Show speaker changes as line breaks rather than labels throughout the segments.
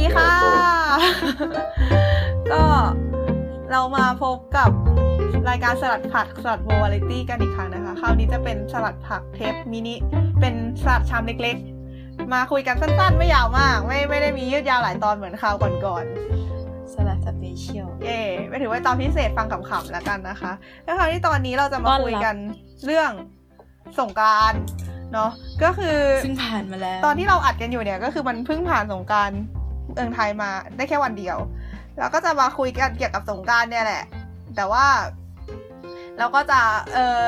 ดีค่ะ ก็เรามาพบกับรายการสลัดผักสลัดโววาไรตี้กันอีกครั้งนะคะ คราวนี้จะเป็นสลัดผักเทปมินิ เป็นสลัดชามเล็กๆ มาคุยกันสั้นๆ ไม่ยาวมาก ไม่ไม่ได้มียืดยาวหลายตอนเหมือนคราวก่อนๆ
สลัดสเปเชียล
เย่ไปถือว่าตอนพิเศษฟังขำๆแล้วกันนะคะ แล้วคราวนี้ตอนนี้เราจะมา
ต้อนรับ
คุยกันเรื่องสงกรารเนาะ ก็คือ
ซึ่งผ่านมาแล้ว
ตอนที่เราอัดกันอยู่เนี่ยก็คือมันเพิ่งผ่านสงกรารเมืองไทยมาได้แค่วันเดียว แล้วก็จะมาคุยกันเกี่ยวกับสงกรารเนี่ยแหละ แต่ว่า เราก็จะเออ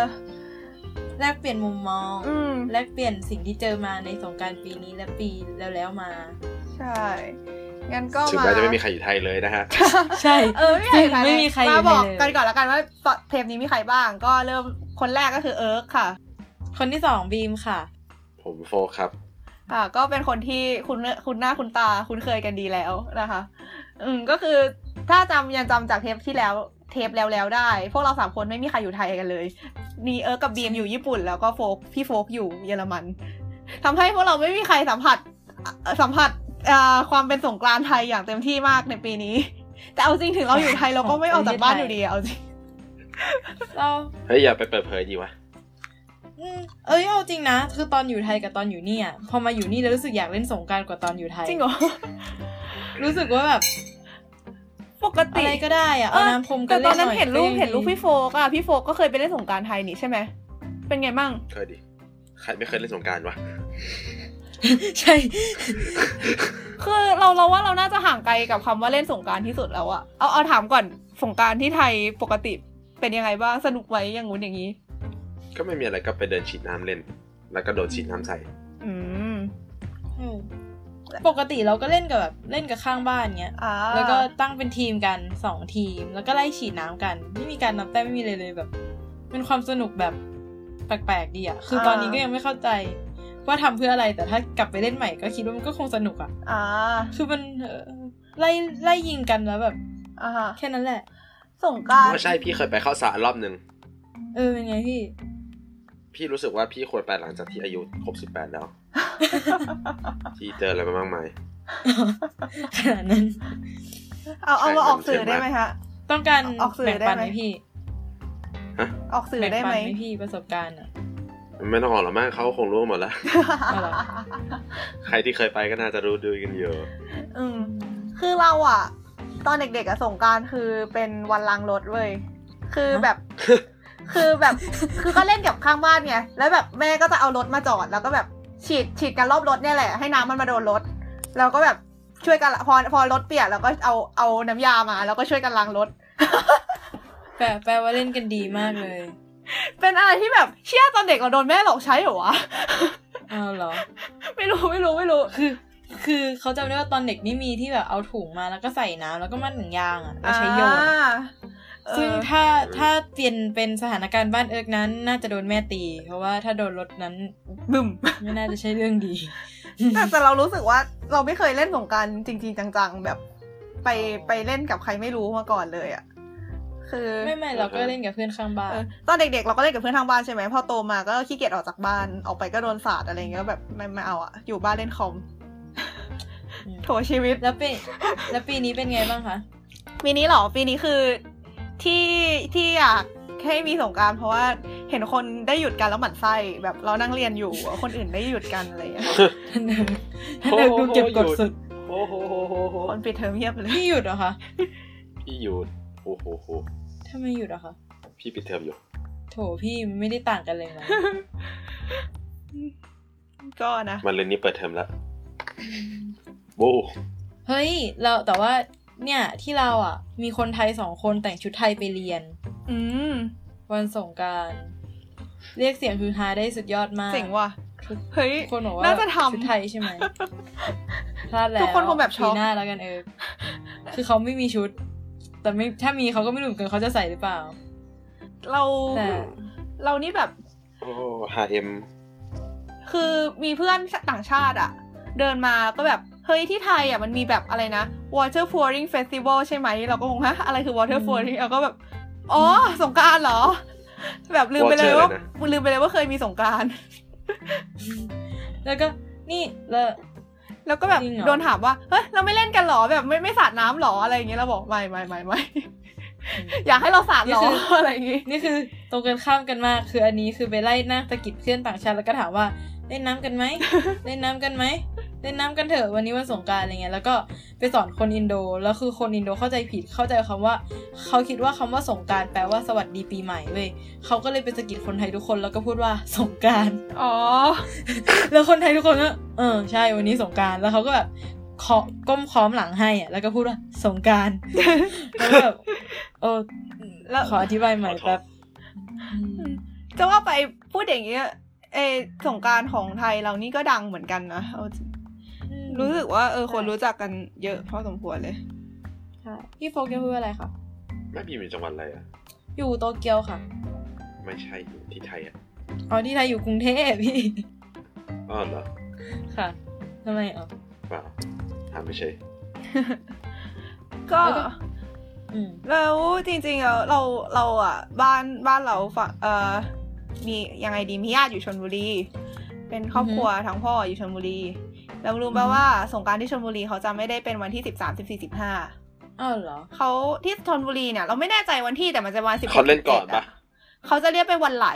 แลกเปลี่ยนมุมมอง
อืม
แลกเปลี่ยนสิ่งที่เจอมาในสงกรารปีนี้และปีแล้วแล้วๆมา
ใช่ งั้นก็
ถึง
มา
แม้จะไม่มีใครอยู่ไทยเลยนะฮะ
ใช่
เออไม่มีใคร
ไม่มีใครอยู่
มา
ใน
บอก
เลย
กันก่อนแล้วกันว่าเทปนี้มีใครบ้าง ก็เริ่มคนแรกก็คือเอิร์กค่ะ
คนที่สองบีมค่ะ
ผมโฟกครับ
ค่ะก็เป็นคนที่คุณคุณหน้าคุณตาคุณเคยกันดีแล้วนะคะ อืมก็คือถ้าจำยังจำจากเทปที่แล้วเทปแล้วแล้วๆได้ พวกเราสามคนไม่มีใครอยู่ไทยกันเลยมีเอิร์กกับบีมอยู่ญี่ปุ่น แล้วก็โฟกพี่โฟกอยู่เยอรมันทำให้พวกเราไม่มีใครสัมผัสเอ่อสัมผัสเอ่อความเป็นสงกรานต์ไทยอย่างเต็มที่มากในปีนี้ แต่เอาจริงถึงเราอยู่ไทยเราก็ไม่ออกจากบ้านอยู่ดีเอาจริง
เรา
เฮ้ยอย่าไปเปิดเผยดีวะ
อืมเอ้ยเอาจริงนะ คือตอนอยู่ไทยกับตอนอยู่เนี่ยพอมาอยู่นี่แล้วรู้สึกอยากเล่นสงกรารกว่าตอนอยู่ไทย
จริงเหรอ
รู้สึกว่าแบบ
ปกติ
อะไรก็ได้อะเอาน้ำพรมกั
แต่
นเล่น
ตอน
หน่อย
นั้นเห็นรูป
ก็ยังดี
เห็นรูปพี่โฟกอะพี่โฟกก็เคยไปเล่นสงกรารไทยนี่ใช่ไหมเป็นไงบ้าง
เคยดิ ใครไม่เคยเล่นสงกรารวะ
ใช่
คือเราเราว่าเราน่าจะห่างไกลกับคำว่าเล่นสงกรารที่สุดแล้วอะเอาเอาถามก่อนสงกรารที่ไทยปกติเป็นยังไงบ้างสนุกไหมอย่างงู้นอย่างนี้
ก็ไม่มีอะไรก็ไปเดินฉีดน้ำเล่น แล้วก็โดนฉีดน้ำใส่
อืม
เออปกติเราก็เล่นกับแบบเล่นกับข้างบ้านเงี้ย
อ่า
แล้วก็ตั้งเป็นทีมกันสองทีม แล้วก็ไล่ฉีดน้ำกัน ไม่มีการนับแต้มไม่มีเลยเลยแบบ เป็นความสนุกแบบแปลกๆดีอะคืออา ตอนนี้ก็ยังไม่เข้าใจ ว่าทำเพื่ออะไรแต่ถ้ากลับไปเล่นใหม่ก็คิดว่ามันก็คงสนุกอะ
อ่า
คือมันเอ่อไล่ไล่ยิงกันแล้วแบบ
อ่าฮะ
แค่นั้นแหละ
สงกราร
ไม่ใช่พี่เคยไปเข้าสารรอบหนึ่ง
เออเป็นไงพี่
พี่รู้สึกว่าพี่ควรไปหลังจากที่อายุครบสิบแป ดแล้ว พี่เจออะไรมามากมาย
ขนาดนั้น
เอาเอามา
ใช่
ออกสื่อได้ไหมฮะ
ต้องการ
ออกสื่อ
แบ่งปัน
ได้
ไหม
ไหม
พี่
ออกสื่อ
แบ่ง
ได้
ปั
ไหม
ไหมพี่ประสบการณ์อะ
ไม่ต้องออกหรอกมากเขาคงรู้หมดแล้ว
เหรอ
ใครที่เคยไปก็น่าจะรู้ดูกันอยู่
อืม คือเราอะตอนเด็กๆอะสงกรารคือเป็นวันล้างรถเว้ยคือแบบ คือ แบบ คือก็เล่นกับข้างบ้านไงแล้วแบบแม่ก็จะเอารถมาจอด แล้วก็แบบฉีดฉีดกันรอบรถเนี่ยแหละให้น้ำมันมาโดนรถ แล้วก็แบบช่วยกันละพอพอรถเปียกแล้วก็เอาเอาน้ำยามา แล้วก็ช่วยกันล้างรถ
แปลแปลว่าเล่นกันดีมากเลย
เป็นอะไรที่แบบเชี่ยตอนเด็กเราโดนแม่หลอกใช้เหรอวะ
เอาเหรอ
ไม่รู้ไม่รู้ไม่รู้
คือคือเขาจำได้ว่าตอนเด็กนี่มีที่แบบเอาถุงมาแล้วก็ใส่น้ำแล้วก็มัดหนังยางอ่ะแล้วใช้โยน
อ่าเออ
ซึ่งถ้าถ้าเปลี่ยนเป็นสถานการณ์บ้านเอิร์กนั้น น่าจะโดนแม่ตี เพราะว่าถ้าโดนรถนั้น
บึ้ม
ไม่น่าจะใช่เรื่องดี
แต่แต่เรารู้สึกว่าเราไม่เคยเล่นสงกรารจริง ๆ จังๆ แบบ ไปไปเล่นกับใครไม่รู้มาก่อนเลยอะ่ะคือ
ไม่ไม่เราก็เล่นกับเพื่อนข้างบ้าน
เออตอนเด็กๆ เราก็เล่นกับเพื่อนทางบ้านใช่ไหมพอโตมาก็ขี้เกียจออกจากบ้านออกไปก็โดนสาดอะไรเงี้ยแบบไม่ไม่เอาอะ่ะอยู่บ้านเล่นคอม
ม
โถชีวิต
แล้วปีแล้วปีนี้เป็นไงบ้างคะ
ปีนี้เหรอปีนี้คือที่ที่อยากให้มีสงกรารเพราะว่าเห็นคนได้หยุดกันแล้วหมั่นไส้แบบเรานั่งเรียนอยู่คนอื่นได้หยุดกันอะไรเงี้ย
ท่านเอิร์กท่านเอิร์กดูเก็บกดสุด
โอ้โหโหโหโห
คนปิดเทอมเงียบเลย
พี่หยุดเหรอคะ
พี่หยุดโอ้โหโห
ทำไมหยุดเหรอคะ
พี่ปิดเทอมอยู่
โถพี่มันไม่ได้ต่างกันเลยมั้ย
ก็นะ
มันเลยนี่เปิดเทอมแล้วโว้ว
เฮ้ยเราแต่ว่าเนี่ยที่เราอ่ะ มีคนไทยสองคนแต่งชุดไทยไปเรียน
อืม
วันสงกรารเรียกเสียงฮือฮาได้สุดยอดมาก
เจ๋งว่ะ
ทุก
เฮ้ย
ทุกคนบอกว่า
น่าจะทำ
ชุดไทยใช่ไหมพลาดแล้ว
ทุกคนคงแบบช็อก
ปีหน้าแล้วกันเออคือเขาไม่มีชุด แต่ไม่ถ้ามีเขาก็ไม่รู้เหมือนกันเขาจะใส่หรือเปล่า
เรา
แต่
เรานี่แบบ
โอ้ฮาเอ็ม
คือมีเพื่อนต่างชาติอะเดินมาก็แบบ เฮ้ยที่ไทยอะมันมีแบบอะไรนะ water pouring festival ใช่ไหม เราก็คงฮะอะไรคือ water
อืม
pouring เราก็แบบ อ๋อ สงกรารเหรอ แบบลืมไปเลยว่า
Water อะไรนะ
ลืมไปเลยว่าเคยมีสงกราร
แล้วก็นี่แล้ว
แล้วก็แบบ
จริงเหรอ
โดนถามว่าเฮ้ยเราไม่เล่นกันเหรอแบบไม่ไม่สาดน้ำเหรออะไรอย่างเงี้ยเราบอกไม่ไม่ไม่ไม่ อยากให้เราสาดเหรอ
นี่คืออ
อะไรอย่างงี้
นี่คือตรงกันข้ามกันมาก คืออันนี้คือไปไล่หน้าตะกิดเพื่อนต่างชาติแล้วก็ถามว่าเล่นน้ำกันไหม เล่นน้ำกันไหมเล่นน้ำกันเถอะวันนี้วันสงกรารอะไรเงี้ยแล้วก็ไปสอนคนอินโดแล้วคือคนอินโดเข้าใจผิดเข้าใจคำว่า เขาคิดว่าคำว่าสงกรารแปลว่าสวัสดีปีใหม่เว้ยเขาก็เลยไปสะกิดคนไทยทุกคนแล้วก็พูดว่าสงกราร
อ๋อ
แล้วคนไทยทุกคนก็เออใช่วันนี้สงกรารแล้วเขาก็แบบเคาะก้มค้อมหลังให้อะแล้วก็พูดว่าสงกราร แล้วแบบโอ้
แล้ว
ขออธิบายใหม่แป๊บ
จะว่าไปพูดอย่างเงี้ยเออสงกรารของไทยเรานี่ก็ดังเหมือนกันนะเอารู้สึกว่าเออคน
ใช่
รู้จักกันเยอะพอสมควรเลย
ใช่พี่โฟกยังพูดอะไรคะ
ไม่พี่อยู่จังหวัดอะไรอ่ะ
อยู่โตเกียวค่ะ
ไม่ใช่อยู่ที่ไทยอ่ะ
อ๋อที่ไทยอยู่กรุงเทพพี่
อ๋อเหรอ
ค่ะทำไมอ๋อ
เปล่าถามไม่ใช่
ก็
แล้วก็ อืม
แล้วจริงๆแล้วเราเราอ่ะ บ้านบ้านเราฝั่งเออมียังไงดีมีญาติอยู่ชลบุรี เป็นครอบครัวทั้งพ่ออยู่ชลบุรี แล้วรู้ป่าว่าสงกรารที่ชลบุรีเขาจะไม่ได้เป็นวันที่สิบสามสิบสี่สิบห้า
อ้าวเหรอ
เขาที่ชลบุรีเนี่ย เราไม่แน่ใจวันที่แต่มันจะวันสิบ
เขาเล่นก่อนปะ
เขาจะเรียกเป็นวันไหล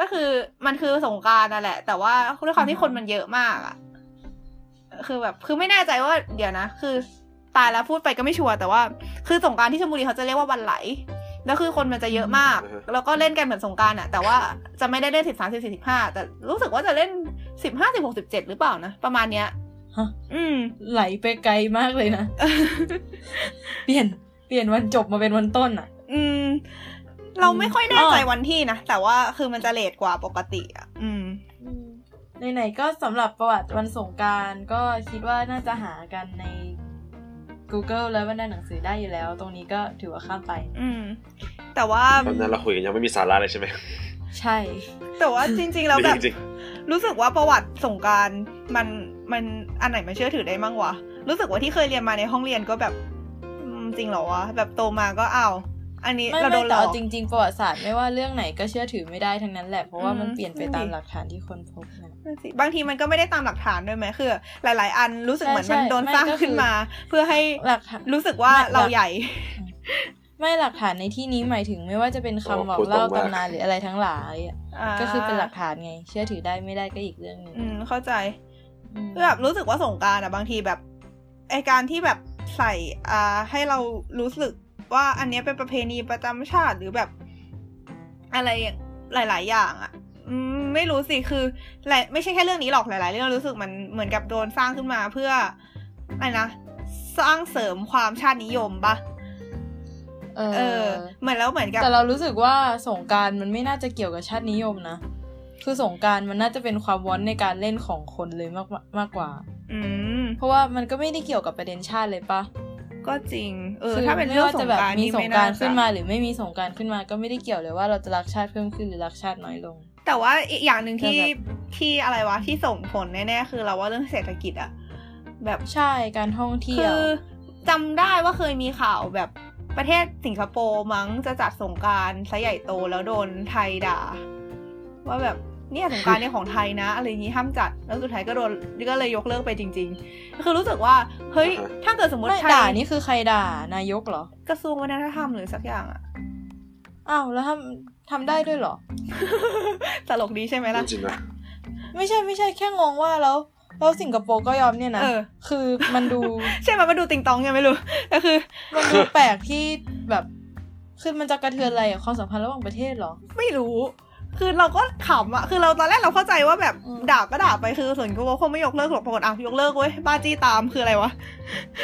ก็คือมันคือสงกรารนั่นแหละ แต่ว่าด้วยความที่คนมันเยอะมากอะคือแบบคือไม่แน่ใจว่าเดี๋ยวนะ คือตายแล้วพูดไปก็ไม่ชัวร์แต่ว่า คือสงกรารที่ชลบุรีเขาจะเรียกว่าวันไหล แล้วคือคนมันจะเยอะมาก
อือฮะ
แล้วก็เล่นกันเหมือนสงกรารอะแต่ว่าจะไม่ได้เล่นสิบสามสิบสี่สิบห้าแต่รู้สึกว่าจะเล่นสิบห้าสิบหกสิบเจ็ดหรือเปล่านะประมาณเนี้ย
ฮะ
อืม
ไหลไปไกลมากเลยนะ เปลี่ยนเปลี่ยนวันจบมาเป็นวันต้นอ่ะ
อืม เราไม่ค่อยแน่ใจ
อ้อ
วันที่นะ แต่ว่าคือมันจะเลทกว่าปกติอ่ะ อืม
ไหนๆก็สำหรับประวัติวันสงกรารก็คิดว่าน่าจะหากันใน Google และบรรดาหนังสือได้อยู่แล้ว ตรงนี้ก็ถือว่าข้ามไป
อืม แต่ว่า
ตอนนั้นเราคุยกันยังไม่มีสาระเลยใช่ไหม
ใช่
แต่ ว่าจริง ๆ แล้วแบบ
จริง
รู้สึกว่าประวัติสงกรารมันมันอันไหนมันเชื่อถือได้มั่งวะ รู้สึกว่าที่เคยเรียนมาในห้องเรียนก็แบบอืมจริงเหรอวะ แบบโตมาก็อ้าวอันนี้
ไม่
เราโด
ไม่
นหล
แต่
อก
เอาจริง ๆ ประวัติศาสตร์ไม่ว่าเรื่องไหนก็เชื่อถือไม่ได้ทั้งนั้นแหละ เพราะว่ามัน
อืม
เปลี่ยนไป
นั่นดิ
ตามหลักฐานที่คนพบนะ
นั่นสิบางทีมันก็ไม่ได้ตามหลักฐานด้วยไหมคือ หลาย ๆ อันรู้สึกเหมือนมั
ใช่
น
ใช่
โดน
ไม่
สร้าง
ก็คือ
ขึ้นมา เพื่อให้
หลักฐาน
รู้สึกว่า
ไม่หลัก
เราใหญ่
ไม่หลักฐานในที่นี้หมายถึงไม่ว่าจะเป็นคำบอกเล่าตำนานหรืออะไรทั้งหลายอะก็คือเป็นหลักฐานไง เชื่อถือได้ไม่ได้ก็อีกเรื่องหนึ่ง
อืมเข้าใจ
อืม
คือแบบรู้สึกว่าสงกรารอะบางทีแบบไอการที่แบบใส่อ่าให้เรารู้สึกว่าอันเนี้ยเป็นประเพณีประจำชาติหรือแบบ อะไรอย่างหลาย ๆ อย่างอะอืมไม่รู้สิคือหลายไม่ใช่แค่เรื่องนี้หรอกหลาย ๆ เรื่องรู้สึกมันเหมือนกับโดนสร้างขึ้นมาเพื่ออะไรนะสร้างเสริมความชาตินิยมปะ
เอ
เออ เหมือนแล้วเหมือนกับ
แต่เรารู้สึกว่าสงกรารมันไม่น่าจะเกี่ยวกับชาตินิยมนะ คือสงกรารมันน่าจะเป็นความวอนในการเล่นของคนเลยมากมากกว่า
อืม
เพราะว่ามันก็ไม่ได้เกี่ยวกับประเด็นชาติเลยปะ
ก็จริง เออ
คื
ถ้าเป็นเรื่องสงกราร
ไม่ว่จะแบบมี
นี่
สง
ไม่
กรา
น่าร จะ
ขึ้นมาหรือไม่มีสงกรารขึ้นมาก็ไม่ได้เกี่ยวเลยว่าเราจะรักชาติเพิ่มขึ้นหรือรักชาติน้อยลง
แต่ว่าอีกอย่างหนึ่งที่
แต่แบบ
ที่อะไรวะที่ส่งผลแน่ๆคือเราว่าเรื่องเศรษฐกิจอะแบบ
ใช่การท่องเที่
คื
ยว
อจำได้ว่าเคยมีข่าวแบบประเทศสิงคโปร์มั้งจะจัดสงกรารซะใหญ่โตแล้วโดนไทยด่า ว่าแบบเนี่ยสงกรารเนี่ยของไทยนะ อะไรอย่างงี้ห้ามจัดแล้วสุดท้ายก็โดนก็เลยยกเลิกไปจริง ๆ คือรู้สึกว่าเฮ้ยถ้าเกิดสมมติ
ไม่
ไทย
ด่านี่คือใครด่านายกเหรอ
กระทรวงวัฒนธรรมหรือสักอย่างอะ
อ้าวแล้วทำทำได้ด้วยเหรอ
ตลกดีใช่ไหม
ๆ
ล่ะ
จริงๆนะ
ไม่ใช่ไม่ใช่แค่งงว่าแล้วแล้วสิงคโปร์ก็ยอมเนี่ยนะ
เออ
คือมันดู
ใช่ไหมมาดูติงตองยังไม่รู้แต่คือ
มันดูแปลกที่แบบคือมันจะกระเทือนอะไรอะความสัมพันธ์ระหว่างประเทศเหรอ
ไม่รู้ คือเราก็ขำอะคือเราตอนแรกเราเข้าใจว่าแบบ
อืม
ด่าก็ด่าไป คือส่วนกูว่าคงไม่ยกเลิกหรอกปรากฏอ่ะยกเลิกเว้ย บ้าจี้ตามคืออะไรวะ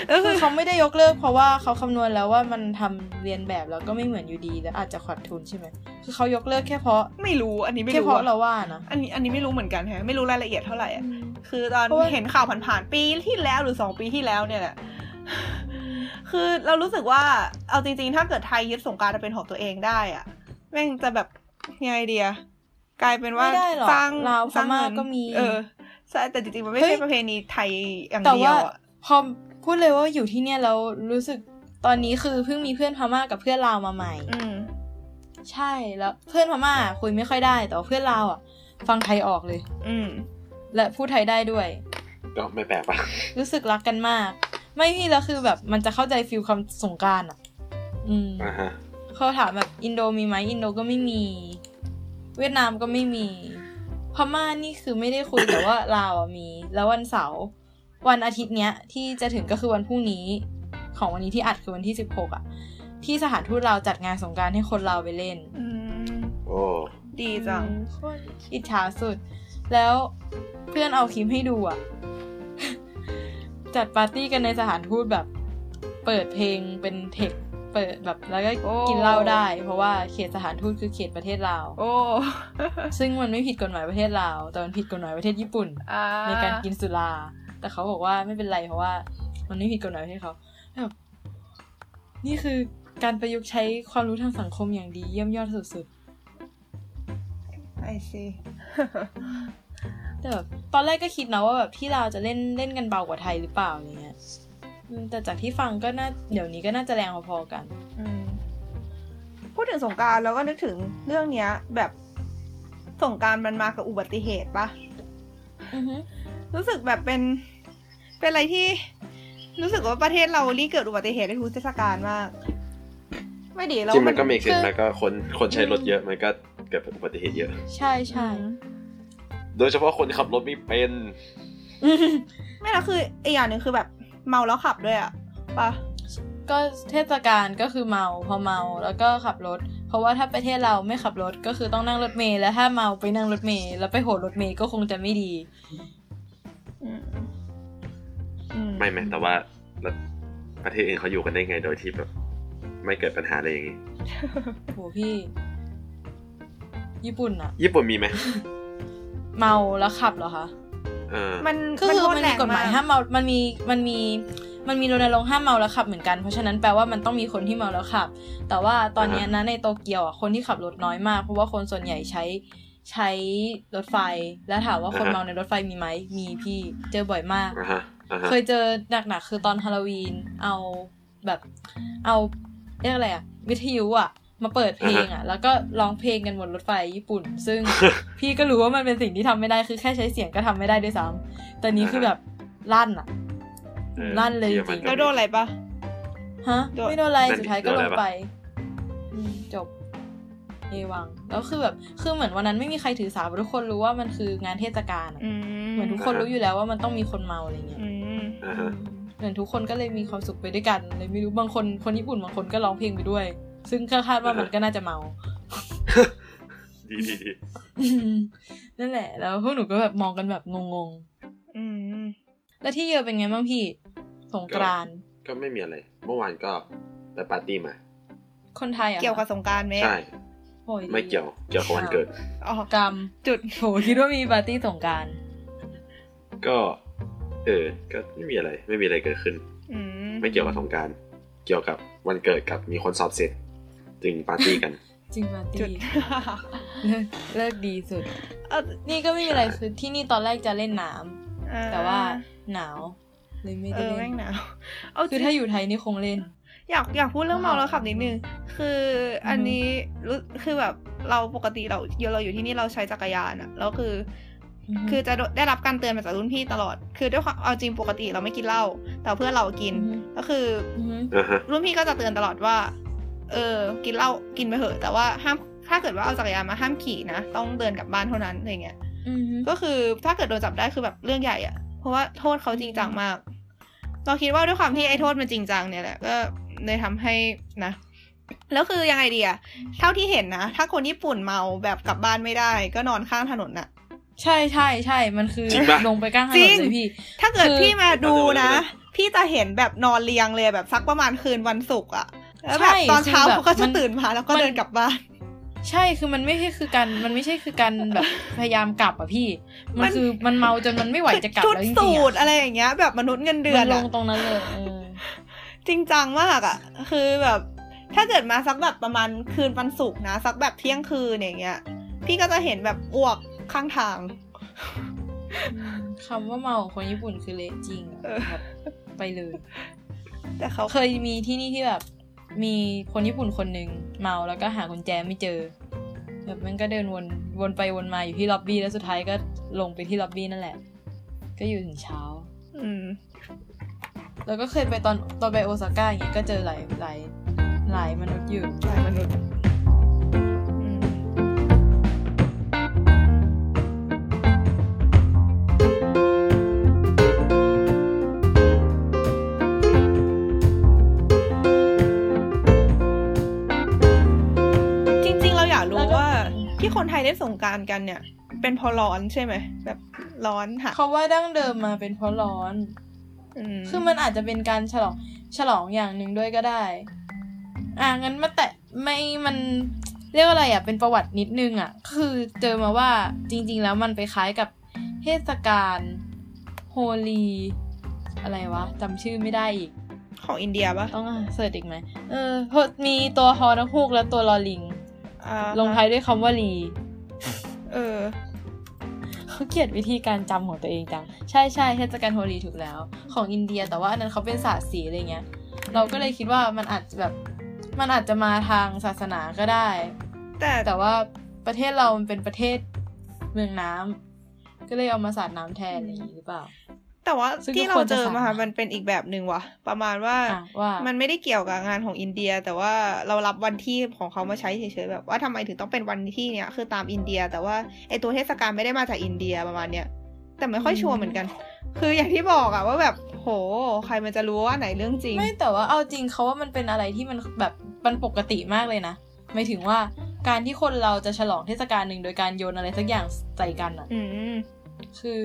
แล้ว
คื
คือ อ
เขาไม่ได้ยกเลิกเพราะว่าเขาคำนวณแล้วว่ามันทำเรียนแบบแล้วก็ไม่เหมือนอยู่ดีแล้วอาจจะขาดทุนใช่ไหมคือเขายกเลิกแค่เพราะ
ไม่รู้ อันนี้ไม่
แค่
รู้
เพราะ
อะ
เราว่านะ
อันนี้ อันนี้ไม่รู้เหมือนกันแฮะ ไม่รู้รายละเอียดเท่าไหร่อะ
อืม
คือตอน
เพราะว่า
เห็นข่าวผ่านๆปีที่แล้วหรือสองปีที่แล้วเนี่ยแหละ คือเรารู้สึกว่า เอาจริงๆ ถ้าเกิดไทยยึดสงกรารเป็นของตัวเองได้อะแม่งจะแบบยังไงเดียกลายเป็นว่า
ไม่ได้หรอก
สร้าง
ลาว
สร้าง
พม่า
เงิน
ก็มี
เออใช่แต่จริงๆ มันไม่
เฮ้
ใช่
ย
ประเพณีไทยอย่าง
แต่
เดีย
ว่าว
อะ
พอพูดเลยว่าอยู่ที่เนี่ยเรารู้สึกตอนนี้คือเพิ่งมีเพื่อนพม่ากับเพื่อนลาวมาใหม่
อืม
ใช่แล้วเพื่อนพม่าคุยไม่ค่อยได้แต่ว่าเพื่อนลาวอ่ะ ฟังไทยออกเลย
อืม
และพูดไทยได้ด้วย
ก็ไม่แปลกปะ
รู้สึกรักกันมาก ไม่พี่แล้วคือแบบมันจะเข้าใจฟิลคำสงกรารอ่ะ อืม
อ่าฮะ
เขาถามแบบอินโดมีไหมอินโดก็ไม่มี เวียดนามก็ไม่มี พม่านี่คือไม่ได้คุย แต่ว่าลาวอะมี แล้ววันเสาร์วันอาทิตย์เนี้ย ที่จะถึงก็คือวันพรุ่งนี้ ของวันนี้ที่อัดคือวันที่สิบหกอ่ะ ที่สถานทูตลาวจัดงานสงกรารให้คนลาวไปเล่น
อืม
โอ้
ดีจัง
อืมโคตรอิจฉาสุด แล้วเพื่อนเอาคลิปให้ดูอ่ะ จัดปาร์ตี้กันในสถานทูตแบบ เปิดเพลงเป็นเทคเปิดแบบแล้วก็
โอ้
กินเหล้าได้ เพราะว่าเขตสถานทูตคือเขตประเทศลาว
โอ้
ซึ่งมันไม่ผิดกฎหมายประเทศลาว แต่มันผิดกฎหมายประเทศญี่ปุ่น
อ่า
ในการกินสุรา แต่เขาบอกว่าไม่เป็นไรเพราะว่า มันไม่ผิดกฎหมายให้เขาแบบนี่คือการประยุกต์ใช้ความรู้ทางสังคมอย่างดีเยี่ยมยอดสุดๆ
ไอซี
แต่แบบตอนแรกก็คิดนะว่าแบบที่เราวจะเล่นเล่นกันเบากว่าไทยหรือเปล่าอย่างเงี้ยอืมแต่จากที่ฟังก็น่าเดี๋ยวนี้ก็น่าจะแรงพอๆกัน
พูดถึงสงกรารแล้วก็นึกถึงเรื่องเนี้ย แบบสงกรารมันมากับอุบัติเหตุปะ
อือฮึ
รู้สึกแบบเป็น เป็นอะไรที่ รู้สึกว่าประเทศเรารีเกิดอุบัติเหตุในทุกเทศกาลมาก ไม่ดีเรา
จริงมันก็มีสิทธิ์มันก็คนคนใช้รถเยอะมันก็เกิดอุบัติเหตุเยอะ
ใช่ใช่
โดยเฉพาะคนขับรถไม่เป็น
อืม
ไม่และคืออีกอย่างหนึ่งคือแบบเมาแล้วขับด้วยอะปะ
ก็เทศกาลก็คือเมาพอเมาแล้วก็ขับรถ เพราะว่าถ้าประเทศเราไม่ขับรถก็คือต้องนั่งรถเมล์แล้วถ้าเมาไปนั่งรถเมล์แล้วไปโหดรถเมล์ก็คงจะไม่ดี
อืมอืม
ไม่แม้แต่ว่าแล้วประเทศอื่นเขาอยู่กันได้ไงโดยที่แบบ ไม่เกิดปัญหาอะไรอย่างงี้
โหพี่ ญี่ปุ่นอะ
ญี่ปุ่นมีไหม
เมาแล้วขับเหรอคะ
เออ
มัน
ก็คือมัน
โทษแร
มี
ง
กฎหมายห้ามเมา มันมี มันมี มันมีรณรงค์ห้ามเมาแล้วขับเหมือนกัน เพราะฉะนั้นแปลว่ามันต้องมีคนที่เมาแล้วขับ แต่ว่าตอนเนี้ยนะในโตเกียวอ่ะ คนที่ขับรถน้อยมาก เพราะว่าคนส่วนใหญ่ใช้ใช้รถไฟ แล้วถามว่าคน
อ่าฮะ
เมาในรถไฟมีไหม มีพี่ เจอบ่อยมาก
อ่าฮะอ่าฮะ
เคยเจอหนักๆคือตอนฮาโลวีน เอาแบบ เอาเรียกอะไรอ่ะ วิทยุอ่ะ มาเปิดเพลงอ่ะ แล้วก็ร้องเพลงกันบนรถไฟญี่ปุ่น ซึ่ง พี่ก็รู้ว่ามันเป็นสิ่งที่ทำไม่ได้คือแค่ใช้เสียงก็ทำไม่ได้ด้วยซ้ำแต่นี้คือแบบลั่นอ่ะ
ออ
ลั่นเลยจ
ที่มั
ริง
แล้
ก็
ว
มี
โดนอะไรปะ
ฮะ
โดน
ไม่โดนอะไร
นั่นดิ
สุดท้ายก็
โดน
ล
อะ
ง
ไรปะ
ไปอืมจบ เอวัง แล้วคือแบบ คือเหมือนวันนั้นไม่มีใครถือสาทุกคนรู้ว่ามันคืองานเทศกาลอะ
อืม
เหมือนทุกคนรู้อยู่แล้วว่ามันต้องมีคนเมาอะไรเงี้ย
อืม
อ่าฮะ
เหมือนทุกคนก็เลยมีความสุขไปด้วยกันเลยไม่รู้บางคนคนญี่ปุ่นบางคนก็ร้องเพลงไปด้วย ซึ่งก็คาดว่ามันก็น่าจะเมา
ดีดีดี
นั่นแหละ แล้วพวกหนูก็แบบมองกันแบบงง
อืม
ๆ แล้วที่เยอะเป็นไงบ้างพี่ สงกรานต์
ก็ไม่มีอะไร เมื่อวานก็ไปปาร์ตี้มา
คนไทยอ่ะ
เกี่ยวกับสงกรารไหม
ใช่
โอ้ย
ไม่เกี่ยว เกี่ยวกับวันเกิด
อ๋อก
รรม
จุด
โหคิดว่ามีปาร์ตี้สงกราร
ก็ เออ ก็ไม่มีอะไร ไม่มีอะไรเกิดขึ้น
อืม
ไม่เกี่ยวกับสงกราร เกี่ยวกับวันเกิดกับมีคนสอบเสร็จ จึงปาร์ตี้กัน
จริงปาร์
จุด
ตี้เลิกเลิกดีสุด
เอ้า
นี่ก็ไม่มีอะไรคือที่นี่ตอนแรกจะเล่นน้ำแต่ว่าหนาวเลยไม่
เอ
ได้
อ
เล่
แม่
น
งหนาวเจ
คื
ริ
อง ถ้าอยู่ไทยนี่คงเล่น
อยากอยากพูดเรื่องเมาแล้วขับนิดนึง คืออัน
อือฮึ
นี้รู้คือแบบเราปกติเราเยเราอยู่ที่นี่เราใช้จักรยานอะแล้วคืออ
ฮึ
คือจะโดได้รับการเตือนมาจากรุ่นพี่ตลอด คือด้วยความเอาจริงปกติเราไม่กินเหล้าแต่เพื่อนเรากิน
อือฮึ
ก็คือ
อือฮึ
อ่าฮะ
รุ่นพี่ก็จะเตือนตลอดว่า เออ กินเหล้ากินไปเถอะ แต่ว่าห้ามถ้าเกิดว่าเอาจักรยานมาห้ามขี่นะต้องเดินกลับบ้านเท่านั้นอะไรเงี้ย
อือฮึ
ก็คือถ้าเกิดโดนจับได้คือแบบเรื่องใหญ่อะเพราะว่าโทษเขาจริงจังมาก เราคิดว่าด้วยความที่ไอ้โทษมันจริงจังเนี่ยแหละก็เลยทำให้นะ แล้วคือยังไงดีอะเท่าที่เห็นนะ ถ้าคนญี่ปุ่นเมาแบบกลับบ้านไม่ได้ ก็นอนข้างถนนน่ะ
ใช่ใช่ใช่ มันคือ
จริงปะ
ลงไปกลางถนน
จริง
เลยพี่
ถ้าเกิด
คือ
พี่มาดูนะ พี่จะเห็นแบบนอนเรียงเลยแบบสักประมาณคืนวันศุกร์อะแล้วแบบ
ใช่
ตอนเช้า
คือแบบ
เขาก็จะ
มัน
ตื่นมาแล้วก็
มัน
เดินกลับบ้าน
ใช่คือมันไม่ใช่คือการมันไม่ใช่คือการแบบพยายามกลับอะพี่
มั
มัน
น
คือมันเมาจนมันไม่ไหวจะกลับ
ชุด
แล้วจริงๆ
สูต
อะ
รอะไรอย่างเงี้ย แบบมนุษย์เงินเดือ
มัน นล
อะ
งตรงนั้นเลยเออ
จริงจังมากอะ่ะ คือแบบ ถ้าเกิดมาสักแบบประมาณคืนวันศุกร์นะ สักแบบเที่ยงคืนอย่างเงี้ย พี่ก็จะเห็นแบบอ้วกข้างทาง
คำว่าเมาของคนญี่ปุ่นคือเละจริงอะ
เออ
แบบไปเลย
แต่เขา
เคยมีที่นี่ที่แบบ มีคนญี่ปุ่นคนหนึ่งเมาแล้วก็หากุญแจไม่เจอ แบบมันก็เดินวนวนไปวนมาอยู่ที่ล็อบบี้แล้วสุดท้ายก็ลงไปที่ล็อบบี้นั่นแหละ ก็อยู่ถึงเช้า
อืม
แล้วก็เคยไปตอนตอนไปโอซาก้าอย่างเงี้ยก็เจอหลายหลายหลายมนุษย์อยู่
ใช่มนุษย์อืมจริงๆ เราอยากรู้
แล้วก็
ว่าที่คนไทยเล่นสงกรารกันเนี่ย เป็นเพราะร้อนใช่ไหม แบบร้อนหัก
เขาว่าดั้งเดิมมาเป็นเพราะร้อน
อืม
คือมันอาจจะเป็นการฉลองฉลองอย่างหนึ่งด้วยก็ได้ อ่ะงั้นมาแตะไม่มันเรียกว่าอะไรอ่ะเป็นประวัตินิดนึงอ่ะ คือเจอมาว่าจริง ๆ แล้วมันไปคล้ายกับเทศกาลโฮลี อะไรวะจำชื่อไม่ได้อีก
ของอินเดียปะ
ต้องเสิร์ชอีกไหมเออเพราะมีตัวฮอนกฮูกและตัวลอลิง
อ่า
ลงท้ายด้วยคำว่าลี
เออ
เขาเกลียดวิธีการจำของตัวเองจัง ใช่ใช่เทศกาลโฮลีถูกแล้ว ของอินเดียแต่ว่าอันนั้นเขาเป็นศาสตร์สีอะไรเงี้ย เราก็เลยคิดว่ามันอาจจะแบบมันอาจจะมาทางศาสนาก็ได้
แต่
แต่ว่าประเทศเรามันเป็นประเทศเมืองน้ำก็เลยเอามาสาดน้ำแทนอะไรอย่างนี้หรือเปล่า
แต่ว่า
ซึ่ง
ที่
ก็
เรา
ควรจะ
เจอมาค่ะ
สามารถ
มันเป็นอีกแบบหนึ่งว่ะ ประมาณว่า
อ่ะว่า
มันไม่ได้เกี่ยวกับงานของอินเดีย แต่ว่าเรารับวันที่ของเขามาใช้เฉยๆแบบว่าทำไมถึงต้องเป็นวันที่เนี่ยคือตามอินเดีย แต่ว่าไอตัวเทศกาลไม่ได้มาจากอินเดียประมาณเนี้ยแต่ไม่ค่อยชัวร์เหมือนกัน คืออย่างที่บอกอะว่าแบบโห ใครมันจะรู้ว่าอันไหนเรื่องจริง
ไม่แต่ว่าเอาจริงเขาว่ามันเป็นอะไรที่มันแบบมันปกติมากเลยนะหมายถึงว่าการที่คนเราจะฉลองเทศกาลหนึ่งโดยการโยนอะไรสักอย่างใส่กันอะ
อืม
คือ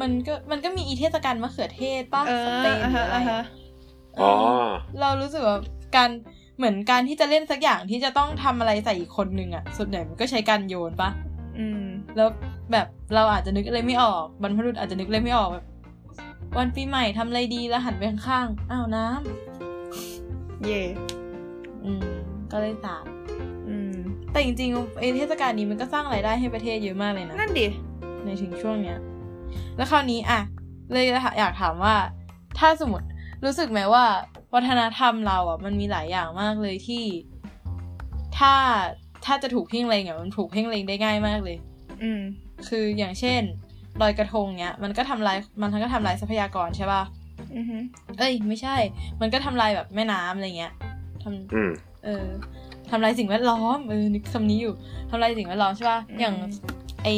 มันก็มันก็มีอีเทศกาลมะเขือเทศป้า
เอ
ส
อ
เปน
อ่า
หรือ
ฮะ
อะไร
อ่าฮะ
เอออ
อ๋อ
เรารู้สึกว่าการเหมือนการที่จะเล่นสักอย่างที่จะต้องทำอะไรใส่อีกคนนึงอ่ะส่วนใหญ่มันก็ใช้การโยนปะ
อืม
แล้วแบบเราอาจจะนึกอะไรไม่ออกบรรพบุรุษอาจจะนึกอะไรไม่ออกแบบวันปีใหม่ทำอะไรดีแล้วหันไปข้างๆอ้าวน้ำ
เย่
อืมก็เลยสาด
อืม
แต่จริงๆไอเทศกาลนี้มันก็สร้างรายได้ให้ประเทศเยอะมากเลยนะ
นั่นดิ
ในถึงช่วงเนี้ย แล้วคราวนี้อ่ะ เลยอยากถามว่า ถ้าสมมติรู้สึกไหมว่า วัฒนธรรมเราอ่ะ มันมีหลายอย่างมากเลยที่ ถ้าถ้าจะถูกเพ่งเลงอ่ะมันถูกเพ่งเลงได้ง่ายมากเลย
อืม
คืออย่างเช่นลอยกระทงเนี้ย มันก็ทำลายมันก็ทำลายทรัพยากรใช่ป่ะ
อือฮึ
เอ้ย ไม่ใช่ มันก็ทำลายแบบแม่น้ำอะไรเงี้ยทำ
อืม
เออทำลายสิ่งแวดล้อมเออนึกคำนี้อยู่ทำลายสิ่งแวดล้อมใช่ป่ะอย่างไอ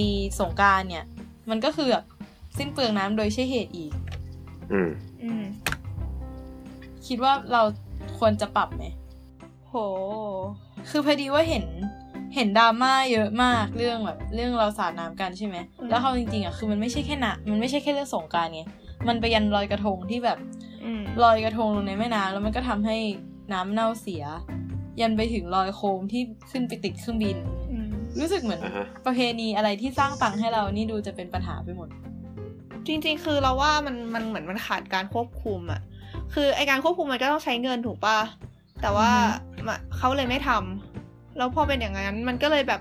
สงกรารเนี่ย มันก็คือแบบสิ้นเปลืองน้ำโดยใช่เหตุอีก
อืม
อืม
คิดว่าเราควรจะปรับไหม
โห
คือพอดีว่าเห็นเห็นดราม่าเยอะมากเรื่องแบบเรื่องเราสาดน้ำกันใช่ไหม
อืม
แล้วเขาจริงๆอ่ะคือมันไม่ใช่แค่นะมันไม่ใช่แค่เรื่องสงกรารไงมันไปยันลอยกระทงที่แบบ
อืม
ลอยกระทงลงในแม่น้ำแล้วมันก็ทำให้น้ำเน่าเสีย ยันไปถึงลอยโคมที่ขึ้นไปติดเครื่องบิน
อืม
รู้สึกเหมือน
อ่าฮะ
ประเพณีอะไรที่สร้างตังค์ให้เรานี่ดูจะเป็นปัญหาไปหมด
จริงๆ คือเราว่ามันมันเหมือนมันขาดการควบคุมอะคือไอการควบคุมมันก็ต้องใช้เงินถูกป่ะ แต่ว่ามาเขาเลยไม่ทำ แล้วพอเป็นอย่างนั้น มันก็เลยแบบ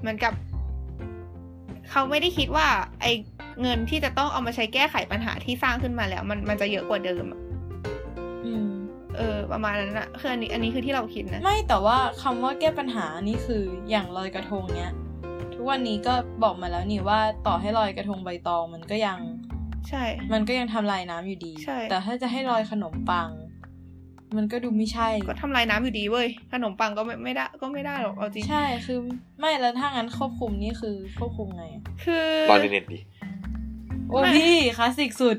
เหมือนกับเขาไม่ได้คิดว่า ไอเงินที่จะต้องเอามาใช้แก้ไขปัญหาที่สร้างขึ้นมาแล้ว มันมันจะเยอะกว่าเดิมอะ
อืม
เออ ประมาณนั้นอะคืออันนี้อันนี้คือที่เราคิดนะ
ไม่แต่ว่าคำว่าแก้ปัญหานี่คืออย่างลอยกระทงเนี้ย ทุกวันนี้ก็บอกมาแล้วนี่ว่าต่อให้ลอยกระทงใบตองมันก็ยัง
ใช่
มันก็ยังทำลายน้ำอยู่ดี
ใช่
แต่ถ้าจะให้ลอยขนมปัง มันก็ดูไม่ใช่
ก็ทำลายน้ำอยู่ดีเว้ย ขนมปังก็ไม่ไม่ได้ก็ไม่ได้หรอกเอาจริง
ใช่คือไม่แล้วถ้างั้นควบคุมนี่คือควบคุมไงอะ
คือ
รอในเน็ตดิ
โอ้
ไม่
พี่คลาสสิก สุด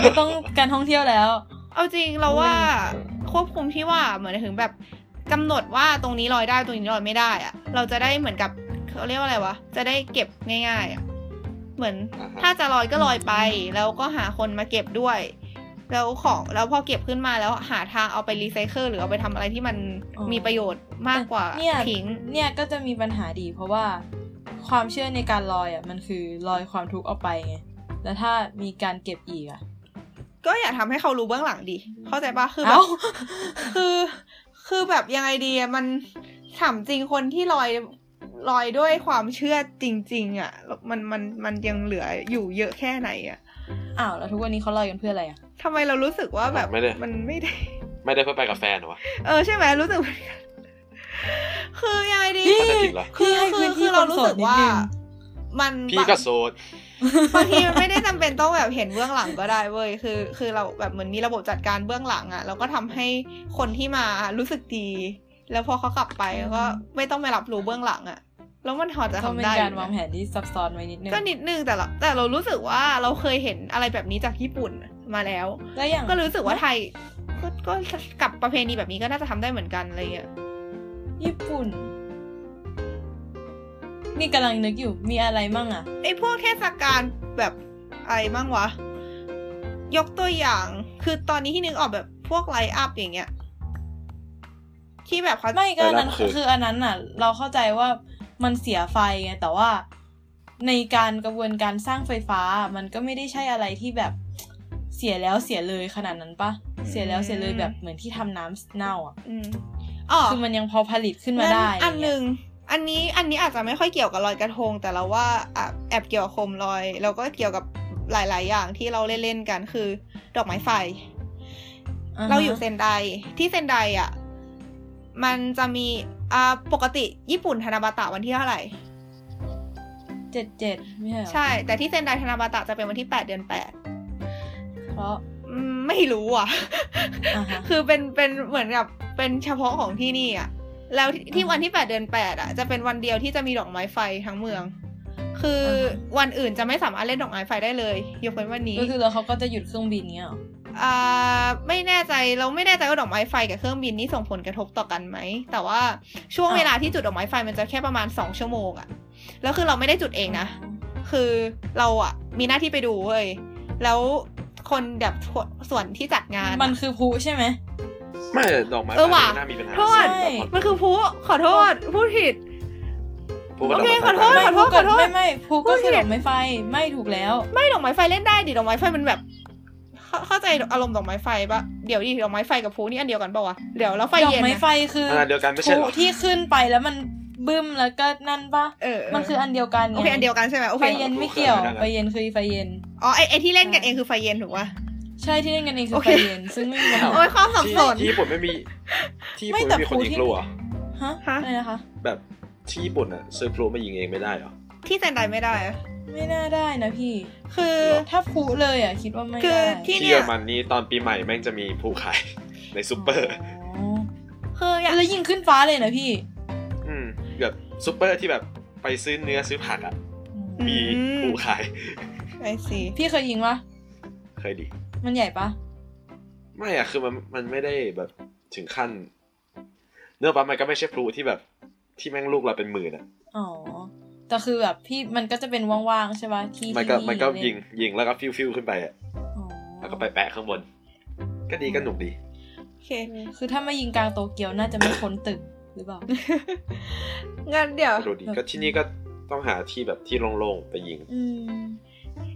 ไม่ต้องการท่องเที่ยวแล้ว
เอาจริงเราว่า
อืม
ควบคุมที่ว่าเหมือนถึงแบบกำหนดว่าตรงนี้ลอยได้ตรงนี้ลอยไม่ได้อะเราจะได้เหมือนกับเขาเรียกว่าอะไรวะจะได้เก็บง่ายๆอะเหมือน
อ่าฮะ
ถ้าจะลอยก็ลอยไป แล้วก็หาคนมาเก็บด้วย แล้วของแล้วพอเก็บขึ้นมาแล้วหาทางเอาไปรีไซเคิลหรือเอาไปทำอะไรที่มัน
อ๋อ
มีประโยชน์มากกว่า
เนี่ย
ทิ้ง
เนี่ยก็จะมีปัญหาดีเพราะว่าความเชื่อในการลอยอ่ะมันคือลอยความทุกข์ออกไปไงแล้วถ้ามีการเก็บอีกอ่ะ
ก็อย่าทำให้เขารู้เบื้องหลังดิเข้าใจปะคือแบบ
เอ้า
คือคือแบบยังไงดีอะมันถามจริงคนที่ลอยลอยด้วยความเชื่อจริง ๆ อ่ะ มันมันมันยังเหลืออยู่เยอะแค่ไหนอ่ะ
อ้าวแล้วทุกวันนี้เขาลอยกันเพื่ออะไรอ่ะ
ทำไมเรารู้สึกว่าแบบ
ไม่ได้
มันไม่ได้
ไม่ได้เพื่อไปกับแฟนเหรอวะ
เออใช่ไหมรู้สึกเหมือน กันคือยังไงดี
เข้าใจผิดเหรอ
คือ
พี่ให้
คื
พื้
อน คื
ที่
อ
ค
เรา
น
รู้
โส
สึ
ด
ก
นิด
ว่า
นึง
มัน
พี่ก็โสด
บางทีมันไม่ได้จำเป็นต้องแบบเห็นเบื้องหลังก็ได้เว้ยคือ คือเราแบบเหมือนมีระบบจัดการเบื้องหลังอะ่ะเราก็ทำให้คนที่มารู้สึกดี แล้วพอเขากลับไป
อืม
ก็ไม่ต้องไปรับรู้เบื้องหลังอะ่ะ แล้วมันถอดจะ
ก็
ทำ
เป็น
ได้
การ
อยู่นะ
วางแผนที่ซับซ้อนไว้นิดนึง
ก็นิดนึงแต่เราแต่เรารู้สึกว่าเราเคยเห็นอะไรแบบนี้จากญี่ปุ่นมาแล้ว
แล้วอย่าง
ก็รู้สึกว่าไทยก็ก็กับประเพณีแบบนี้ก็น่าจะทำได้เหมือนกันอะไรเงี้ย
ญี่ปุ่น นี่กำลังนึกอยู่มีอะไรมั่งอะ
ไอ้พวกเทศกาลแบบอะไรบ้างวะ ยกตัวอย่าง คือตอนนี้ที่นึกออกแบบพวกไลฟ์อัพอย่างเงี้ย ที่แบบเขา
ไม่ก็อันนั้น
แต่ละคือ
คืออันนั้นอะเราเข้าใจว่ามันเสียไฟไงแต่ว่าในการกระบวนการสร้างไฟฟ้า มันก็ไม่ได้ใช่อะไรที่แบบเสียแล้วเสียเลยขนาดนั้นปะเสียแล้วเสียเลยแบบเหมือนที่ทำน้ำเน่าอะ
อืมอ๋อ
คือมันยังพอผลิตขึ้นมาได้
งั้อันหนึ่งอันนี้อันนี้อาจจะไม่ค่อยเกี่ยวกับลอยกระทง แต่เราว่าอ่ะแอบเกี่ยวกับโคมลอย แล้วก็เกี่ยวกับหลาย ๆ อย่างที่เราเล่น ๆ กันคือ ดอกไม้ไฟ
ฮะ
เราอยู่เซนไดที่เซนไดอ่ะ มันจะมีอ่าปกติญี่ปุ่นธนาบาตะวันที่เท่าไหร่
เจ็ดเจ็ดไม่ใช่เหรอ
ใช่ แต่ที่เซนไดธนาบาตะจะเป็นวันที่ 8 เดือน 8
เพราะ
อืมไม่รู้อ่ะ
อ่ะฮะ
คือเป็นเป็นเหมือนกับเป็นเฉพาะของที่นี่อ่ะ แล้วที่ที่วันที่ 8 เดือน 8 อ่ะ จะเป็นวันเดียวที่จะมีดอกไม้ไฟทั้งเมือง คืออวันอื่นจะไม่สามารถเล่นดอกไม้ไฟได้เลยยกเว้นวันนี้
ก็คือแล้วเขาก็จะหยุดเครื่องบินเงี้ยเหรอ
อ่าไม่แน่ใจเราไม่แน่ใจว่าดอกไม้ไฟกับเครื่องบินนี่ส่งผลกระทบต่อกันไหม แต่ว่าช่วง
อ่ะ
เวลาที่จุดดอกไม้ไฟมันจะแค่ประมาณ 2 ชั่วโมงอ่ะ แล้วคือเราไม่ได้จุดเองนะ คือเราอะมีหน้าที่ไปดูเว้ย แล้วคนแบบส่วนที่จัดงานอะ
มันคือพลุใช่ไหม
ไม่ดอกไม้
เออว่ะ
ไม่น่ามีปัญหา
โทษ
ใช่
มันคือผู้ขอโทษพูดผิด
พูดกับ
โอเค
ดกไม้
ขอโทษ
ไป
ไม่ภู
ขอ
ก็
โทษ
ไม่ไม่ภูก็
พูดผิ
คือ
ด
ดอกไม้ไฟไม่ถูกแล้ว
ไม่ดอกไม้ไฟเล่นได้ดิดอกไม้ไฟมันแบบเข้าเข้าใจอารมณ์ดอกไม้ไฟปะเดี๋ยวดิดอกไม้ไฟกับผู้นี่อันเดียวกันปะวะเดี๋ยวแล้วไฟ
ดอก
เย็น
ไม้
นะ
ไฟคืออา
เดียวกันไม่ใช่เหรอ
ภูที่ขึ้นไปแล้วมันบึ้มแล้วก็นั่นปะ
เออเ
มันคืออันเดียวกันไง
โอเคอันเดียวกันใช่ไหมโอ
ไฟ
เค
เย็นไม่เกี่ยว ไฟเย็นคือไฟเย็น
อ๋อไอไอที่เล่นกันเองคือไฟเย็นถูกปะ
ใช่ที่เล่นกันเองคื
โอ
อ
เค
ไฟเย็น ซึ่งไม่มีปัญหา
โอ้ยความสับสน
ที่ที่ญี่ปุ่นไม่มีที่ญี่ปุ่น
ไม่แต่
ไม่มีคน
ภู
ยิง
ที่
พลุเหรอ
ฮะ
ฮะ
อะไรนะคะ
แบบที่ญี่ปุ่นอ่ะซื้อพลุมายิงเองไม่ได้เหรอ
ที่เซนไดไม่ได้อะ
ไม่น่าได้นะพี่
คือ
ถ้าภูเลยอ่ะคิดว่าไม่
คือ
ได้
ที่
ที่
เนี่ย
เยอรมันนี่ตอนปีใหม่แม่งจะ มีพลุขาย ในซูเปอร์
อ๋
คือ
อย
อาก
แล้วยิงขึ้นฟ้าเลยนะพี่
อืมแบบซูเปอร์ที่แบบไปซื้อเนื้อซื้อผักอ่ะมีพลุขาย
ไอซี
พี่เคยยิงปะ
เคยดี
มันใหญ่ปะ
ไม่อ่ะคือมันมันไม่ได้แบบถึงขั้นเนื้อปะมันก็ไม่ใช่พลุที่แบบที่แม่งลูกเราเป็นหมื่นอ่ะ
อ๋อ แต่คือแบบพี่มันก็จะเป็นว่างๆใช่ปะที่
มันก็
ที่
มันก็
เล่
ยิงยิงแล้วก็ฟิวฟิวขึ้นไปอ่ะ
อ๋อ
แล้วก็ไปแปะข้างบน ก็ดีก็หนุกดี
โอเค
คือถ้าไม่ยิงกลางโตเกียวน่าจะไม่พ้นตึก หรือเปล่า
งั้นเดี๋ยว
ก็ดูดีก็ที่นี่ก็ต้องหาที่แบบที่โล่งๆไปยิง
อืม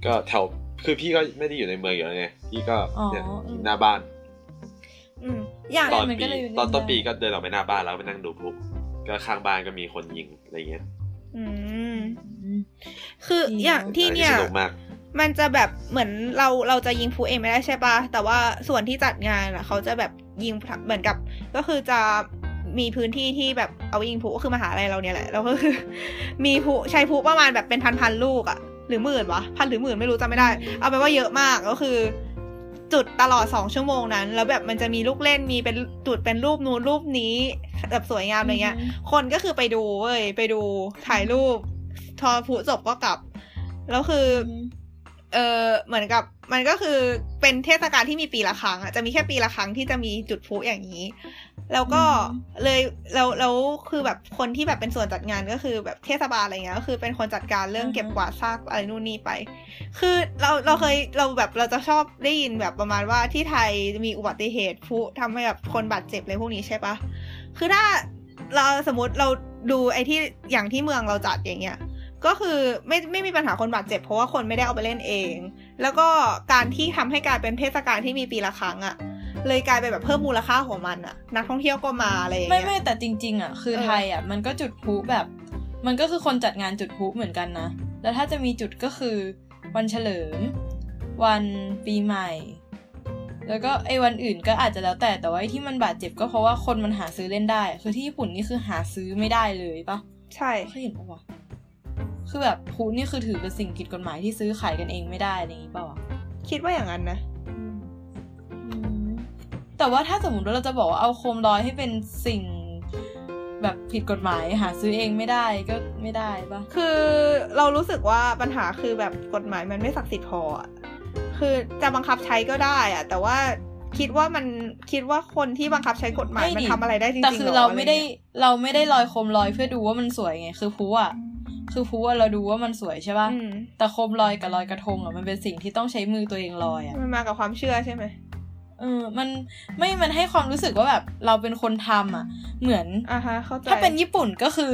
ก็แถวคือพี่ก็ไม่ได้อยู่ในเมืองอยู่แล้วไงพี่ก็เนี่ย
อ๋ออืม
หน้าบ้าน
อืมอย่าง
ตอน
มันก็
ปี
เลยอยู่ใน
ตอนต้น
บ้าน
ปีก็เดินออกไปหน้าบ้านแล้วก็ไปนั่งดูพลุก็ข้างบ้านก็มีคนยิงอะไรเงี้ย
อืม
อืม
คืออย่างที่เนี่ย
อัสนุกมาก
มันจะแบบเหมือนเราเราจะยิงพลุเองไม่ได้ใช่ปะแต่ว่าส่วนที่จัดงานอ่ะ เขาจะแบบยิงเหมือนกับ ก็คือจะมีพื้นที่ที่แบบเอาไว้ยิงพลุก็คือมหาลัยเราเนี่ยแหละแล้วก็คือ มีพลุใช้พลุประมาณแบบเป็นพันพันๆลูกอะหรือหมื่นวะพันหรือหมื่นไม่รู้จำไม่ได้ เอาไปนว่าเยอะมากก็คือ จุดตลอดสองชั่วโมงนั้น แล้วแบบมันจะมีลูกเล่นมีเป็นจุดเป็นรูปนู้นรูปนี้แบบสวยงามอะไรเงี้ย
อืม
คนก็คือไปดูเว้ยไปดูถ่ายรูป ทอผูจบก็กลับ แล้วคือ เออเหมือนกับมันก็คือเป็นเทศกาลที่มีปีละครั้งอะจะมีแค่ปีละครั้งที่จะมีจุดพลุอย่างนี้ แล้วก็
อืม
เลยแล้วแล้วคือแบบคนที่แบบเป็นส่วนจัดงานก็คือแบบเทศบาลอะไรเงี้ยก็คือเป็นคนจัดการเรื่องเก็บกวาดซากอะไรนู่นนี่ไป คือเราเราเคยเราแบบเราจะชอบได้ยินแบบประมาณว่าที่ไทยมีอุบัติเหตุพลุทำให้แบบคนบาดเจ็บอะไรพวกนี้ใช่ปะคือถ้าเราสมมติเราดูไอ้ที่อย่างที่เมืองเราจัดอย่างเงี้ย ก็คือไม่ไม่มีปัญหาคนบาดเจ็บเพราะว่าคนไม่ได้เอาไปเล่นเอง แล้วก็การที่ทำให้กลายเป็นเทศกาลที่มีปีละครั้งอะ่ะ เลยกลายเป็นแบบเพิ่มมูลค่าของมันอะ่ะ นักท่องเที่ยวก็มาอะไรอย่าง
ไม่
เงี้ย
ไม่แต่จริง ๆ อ่ะ คือ
เออ
ไทยอ่ะ มันก็จุดพลุแบบ มันก็คือคนจัดงานจุดพลุเหมือนกันนะ แล้วถ้าจะมีจุดก็คือ วันเฉลิม วันปีใหม่ แล้วก็ไอ้วันอื่นก็อาจจะแล้วแต่แต่ว่าไอ้ที่มันบาดเจ็บก็เพราะว่าคนมันหาซื้อเล่นได้ คือที่ญี่ปุ่นนี่คือหาซื้อไม่ได้เลยปะ
ใช่
เคยเห็นปะวะ คือแบบพลุนี่คือถือเป็นสิ่งผิดกฎหมายที่ซื้อขายกันเองไม่ได้อะไรอย่างนี้เปล่าวะ
คิดว่าอย่างนั้นนะ
แต่ว่าถ้าสมมติว่าเราจะบอกว่าเอาโคมลอยให้เป็นสิ่งแบบผิดกฎหมายหาซื้อเองไม่ได้ก็ไม่ได้ปะ
คือเรารู้สึกว่าปัญหาคือแบบกฎหมายมันไม่ศักดิ์สิทธิ์พออะคือจะบังคับใช้ก็ได้อะแต่ว่าคิดว่ามันคิดว่าคนที่บังคับใช้กฎหมายมัน
ดิ
ทำอะไรได้จริงๆ
แต่คือ
ห
เราไม่ได้
อะรเงี้ย
เราไม่ได้ลอยโคมลอยเพื่อดูว่ามันสวยไง คือพลุอ่ะคือพลุอะเราดูว่ามันสวยใช่ปะ
อืม
แต่โคมลอยกับลอยกระทงอ่ะมันเป็นสิ่งที่ต้องใช้มือตัวเองลอยอ่ะ
มันมากับความเชื่อใช่ไหม
เออ มันไม่มันให้ความรู้สึกว่าแบบเราเป็นคนทำอ่ะ เหมือน
อ่าฮะเข้าใจ
ถ้าเป็นญี่ปุ่นก็คือ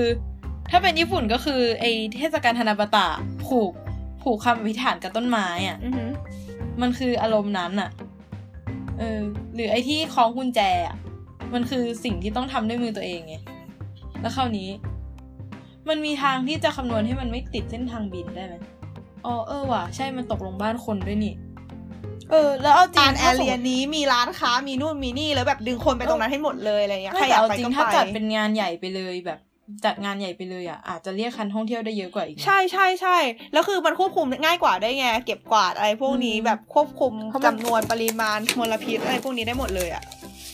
ถ้าเป็นญี่ปุ่นก็คือไอเทศกาลฮานาบะตะผูกผูกคำอธิษฐานกับต้นไม้อ่ะ
อือฮึ
มันคืออารมณ์นั้นอ่ะ เออ หรือไอที่คล้องกุญแจอ่ะ มันคือสิ่งที่ต้องทำด้วยมือตัวเองไง แล้วคราวนี้ มันมีทางที่จะคำนวณให้มันไม่ติดเส้นทางบินได้ไหมอ๋อเออว่ะ ใช่มันตกลงบ้านคนด้วยนี่ เออ แล้วเอาจริ
ตาง นแอ
ถ้าสม
เรี
ม
ย
ติ
นี้มีร้านค้ามีนู่นมีนี่แล้วแบบดึงคนไปตรงนั้นให้หมดเลยอะไรเงี้ยใคร
ไม่
อยาก
แต่เอา
ไป
จริ
ก็
ง
ไป
ถ้าจัดเป็นงานใหญ่ไปเลยแบบจัดงานใหญ่ไปเลยอ่ะอาจจะเรียกคันท่องเที่ยวได้เยอะกว่าอีกนะ
ใช่ใช่ใช่แล้วคือมันควบคุมง่ายกว่าได้ไงเก็บกวาดอะไรพวกนี้
อืม
แบบควบคุม
เพราะมัน
จำนวนปริมาณมลพิษอะไรพวกนี้ได้หมดเลยอะ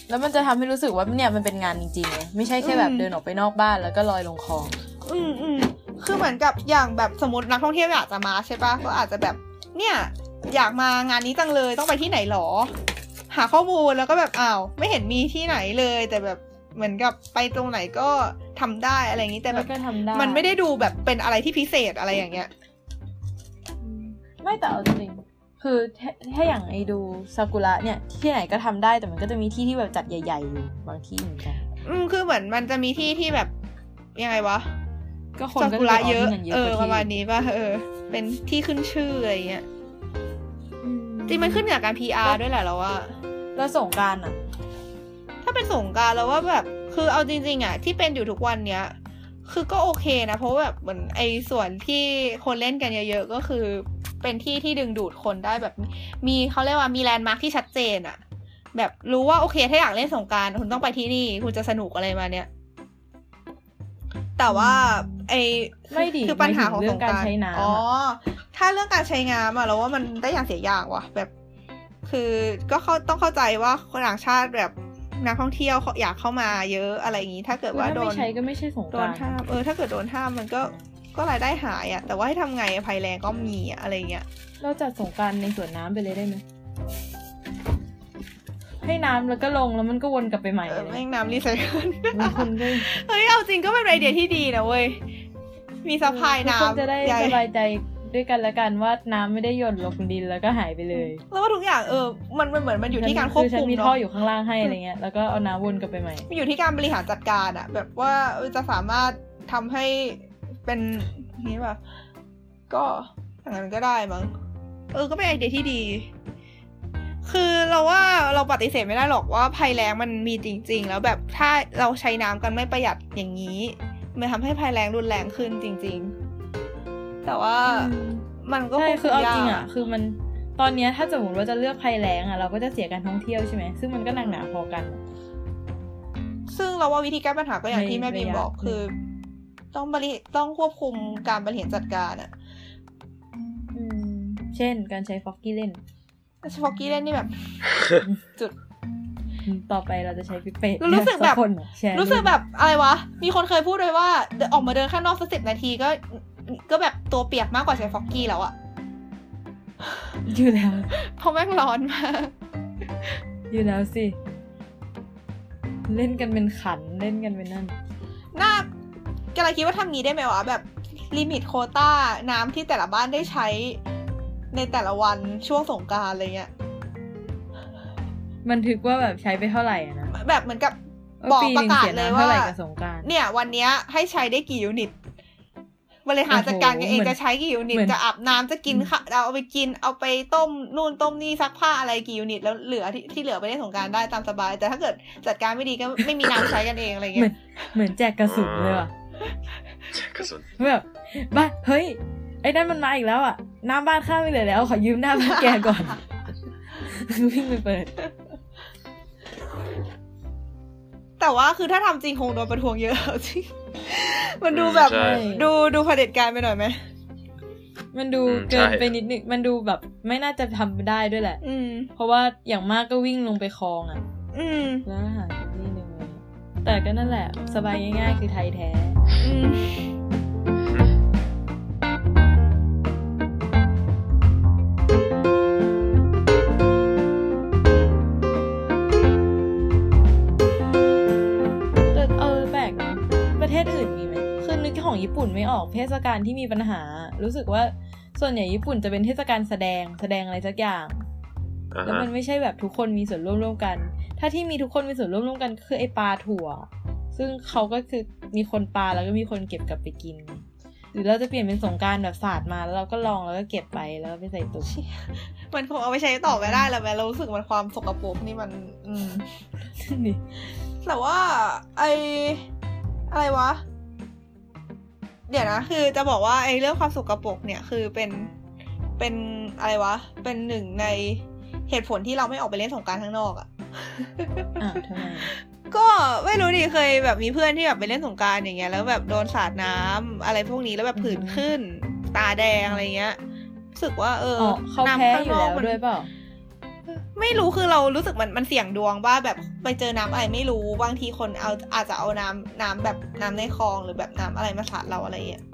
แล้วมันจะทำให้รู้สึกว่าเนี่ยมันเป็นงานจริงๆไงไม่ใช่แค่แบบ
อืม
เดินออกไปนอกบ้านแล้วก็ลอยลงคลอง
อืมอืมคือเหมือนกับอย่างแบบสมมตินักท่องเที่ยวอยากจะมาใช่ปะก็อาจจะแบบ เนี่ย อยากมางานนี้จังเลยต้องไปที่ไหนหรอ หาข้อมูลแล้วก็แบบอ้าวไม่เห็นมีที่ไหนเลย แต่แบบเหมือนกับไปตรงไหนก็ทำได้อะไรอย่างนี้แต่แบ
แล้ว
บ
ก็ทำได้
มันไม่ได้ดูแบบเป็นอะไรที่พิเศษอะไรอย่างเงี้ย
ไม่แต่เอาจริงๆคือถ้าถ้าอย่างไอดูซากุระเนี่ยที่ไหนก็ทำได้แต่มันก็จะมีที่ที่แบบจัดใหญ่ๆอยู่บางที่เหมือนกัน
อืมคือเหมือนมันจะมีที่ที่แบบยังไงวะ
ก็คน
ซา
ก็
กุระเยอะ
ไปออมเงินเยอะ
เอก อป
ว่าที่
ระมาณนี้ป่ะเออ เป็นที่ขึ้นชื่ออะไรอย่างเงี้ย
อืม
จริงมันขึ้นกับการ PR ด้วยแหละเราว่า
แล้วสงกรารอ่ะ
ถ้าเป็นสงกรารแล้วว่าแบบคือเอาจริง ๆอ่ะที่เป็นอยู่ทุกวันเนี้ย คือก็โอเคนะ เพราะว่าแบบเหมือนไอ้ส่วนที่คนเล่นกันเยอะ ๆ ก็คือเป็นที่ที่ดึงดูดคนได้แบบ มีเขาเรียกว่ามีแลนด์มาร์คที่ชัดเจนอ่ะ แบบรู้ว่าโอเคถ้าอยากเล่นสงกรารคุณต้องไปที่นี่ คุณจะสนุกอะไรมาเนี้ยแต่ว่าไอ้คือ
ไม่ดิ
คือปัญหาของสงกราม
หาย
ร
ถึงเรื่องการใช้น้ำอะ
อ๋อถ้าเรื่องการใช้น้ำอะเราว่ามันได้อย่างเสียอย่างว่ะแบบ คือก็เข้าต้องเข้าใจว่าคนต่างชาติแบบนักท่องเที่ยวเขาอยากเข้ามาเยอะอะไรอย่างนี้ถ้าเกิดว่า
คือ
โด
ถ้ไม่
น
ใช้ก็ไม่ใช่สงก
โด
ราน ร
ห้ามเออถ้าเกิดโดนห้ามมันก็ก็รายได้หายอะแต่ว่าให้ทำไงอะภัยแรงก็มีอะอะไรเงี้ย
เราจัดสงกรารในสวนน้ำไปเลยได้ไหมให้น้ำแล้วก็ลงแล้วมันก็วนกลับไปใหม่
เออ
เลย
แม่งน้ำรีไซเคิล
มีคนก็
เฮ้ย เอาจริงก็เป็นไอเดียที่ดีนะเว้ย มีสะพายน้ำ
ทุกคจะได้
ใหญ่
สบายใจด้วยกันและกันว่าน้ำไม่ได้หยดลงดินแล้วก็หายไปเลย
แล้วว่าทุกอย่างเออ มันมันเหมือนมันอยู่ที่การควบ
ฉั
คุ
น
ม
มี
เนาะ
ท่ออยู่ข้างล่างให้อะไรเงี้ยแล้วก็เอาน้ำวนกลับไปใหม่
มันอยู่ที่การบริหารจัดการอะแบบว่าเออจะสามารถทำให้เป็นนี้ป่ะก็อย่างนั้นก็ได้มั้งเออก็เป็นไอเดียที่ดี คือเราว่าเราปฏิเสธไม่ได้หรอกว่าภัยแรงมันมีจริง ๆ แล้วแบบถ้าเราใช้น้ำกันไม่ประหยัดอย่างนี้ มันทำให้ภัยแรงรุนแรงขึ้นจริง ๆ แต่ว่ามันก็
ใช่
วบม
คือเอาจริง
ยก
อ่ะ คือมันตอนเนี้ยถ้าสมมติว่าจะเลือกภัยแล้งอ่ะเราก็จะเสียการท่องเที่ยวใช่ไหมซึ่งมันก็หนักหนาพอกัน
ซึ่งเราว่าวิธีแก้ปัญหาก็อย่างที่
ใน
แม่บีม
ระยะ
บอก
หนึ่ง
คือ ต้องบริต้องควบคุมการบริหารจัดการอะ
อืมเช่น การใช้ฟอกกี้เล่น
เฉพาะกี้เล่นนี่แบบ จุด
ต่อไปเราจะใช้พิเปด
รู้สึกแบบ
สัคนอะชร์
รู้สึกแบบอะไรวะ มีคนเคยพูดเลยว่าเดินออกมาเดินข้างนอกสักสิบนาทีก็ ก็แบบตัวเปียกมากกว่าใช้ฟอกกี้แล้วอะ
อยู่แล้ว
เพราะแม่งร้อนมาก
อยู่แล้วสิ เล่นกันเป็นขันเล่นกันเป็นนั่น
น่ากำลังคิดว่าทำงี้ได้ไหมวะ แบบลิมิตโควต้าน้ำที่แต่ละบ้านได้ใช้ในแต่ละวันช่วงสงกรารอะไรเงี้ย
บันทึกว่าแบบใช้ไปเท่าไหร่อะนะ
แบบเหมือนกับ
เออบ
อ
ปี
ก
ห
ป
นึ่
ระ
ง
กาศ
เสีย
เลย
น้ำ
ว่า
เท่าไหร่กับสงกราร
เนี่ยวันเนี้ยให้ใช้ได้กี่ยูนิตบริหารจัดการกันเอง
โอ้โห
จะใช้กี่ยูนิต
เหมือน
จะอาบน้ำจะกินข้าวเอาไปกินเอาไปต้มนู่นต้มนี่ซักผ้าอะไรกี่ยูนิตแล้วเหลือที่ที่เหลือไปเล่นสงกรารได้ตามสบาย แต่ถ้าเกิดจัดการไม่ดีก็ไม่มีน้ำใช้กันเองอะไร
เหมื
เงี้
อน
ย
เหมือนแจกกระสุนเลยว่ะ
แจ็คกระสุน
แบบบ้าเฮ้ยไอ้นั่นมันมาอีกแล้วอ่ะหน้าบ้านข้าไม่เหลือแล้ว ขอยืมหน้าบ้านแกก่อน วิ่งไปเปิด
แต่ว่าคือถ้าทำจริงคงโดนประท้วงเยอะเอาจริง มันดูแบบ
ใช่
ดูดูเผด็จการไปหน่อยไหม
มันดู
อืม
เกิน
ใช่
ไปนิดนึงมันดูแบบ ไม่น่าจะทำได้ด้วยแหละ
อืม
เพราะว่าอย่างมากก็วิ่งลงไปคลองอ่ะ
อืม
แล้วอาหารที่หนึ่งเลย แต่ก็นั่นแหละ สบายง่ายๆ คือไทยแท้
อืม
แต่เออแปลกเนอะประเทศอื่นมีไหมคือนึกของญี่ปุ่นไม่ออกเทศกาลที่มีปัญหา รู้สึกว่าส่วนใหญ่ญี่ปุ่นจะเป็นเทศกาลแสดงแสดงอะไรสักอย่าง
อ่า
แล้ว
ฮะ
มันไม่ใช่แบบทุกคนมีส่วนร่วมร่วมกัน ถ้าที่มีทุกคนมีส่วนร่วมร่วมกันก็คือไอปลาถั่ว ซึ่งเขาก็คือมีคนปลาแล้วก็มีคนเก็บกลับไปกิน หรือเราจะเปลี่ยนเป็นสงกรารแบบศาสตร์มาแล้วเราก็ลองแล้วก็เก็บไปแล้วก็ไปใส่ตุก
มันคงเอาไปใช้ต่อไม่ได้แล้วแม่เรารู้สึกมันความสกปรกนี่มัน อืม
นี่
แต่ว่าไออะไรวะ เดี๋ยวนะ คือจะบอกว่าไอเรื่องความสกปรกเนี่ยคือเป็นเป็นอะไรวะ เป็นหนึ่งในเหตุผลที่เราไม่ออกไปเล่นสงกรารข้างนอกอะ
อ่ะทำไม
ก็ไม่รู้ดิเคยแบบมีเพื่อนที่แบบไปเล่นสงกรารอย่างเงี้ยแล้วแบบโดนสาดน้ำอะไรพวกนี้แล้วแบบผื่นขึ้น ตาแดงอะไรเงี้ยรู้สึกว่าเออ
อ๋อเขา
น้ำ
แพ้
ข้ง
อยู่
นก
แล้ว
มัน
ด้วยเปล่า
ไม่รู้คือเรารู้สึกมันมันเสี่ยงดวงว่าแบบไปเจอน้ำอะไรไม่รู้บางทีคนเอาอาจจะเอาน้ำน้ำแบบน้ำในคลองหรือแบบน้ำอะไรมาสาดเราอะไรอย่างเงี้ย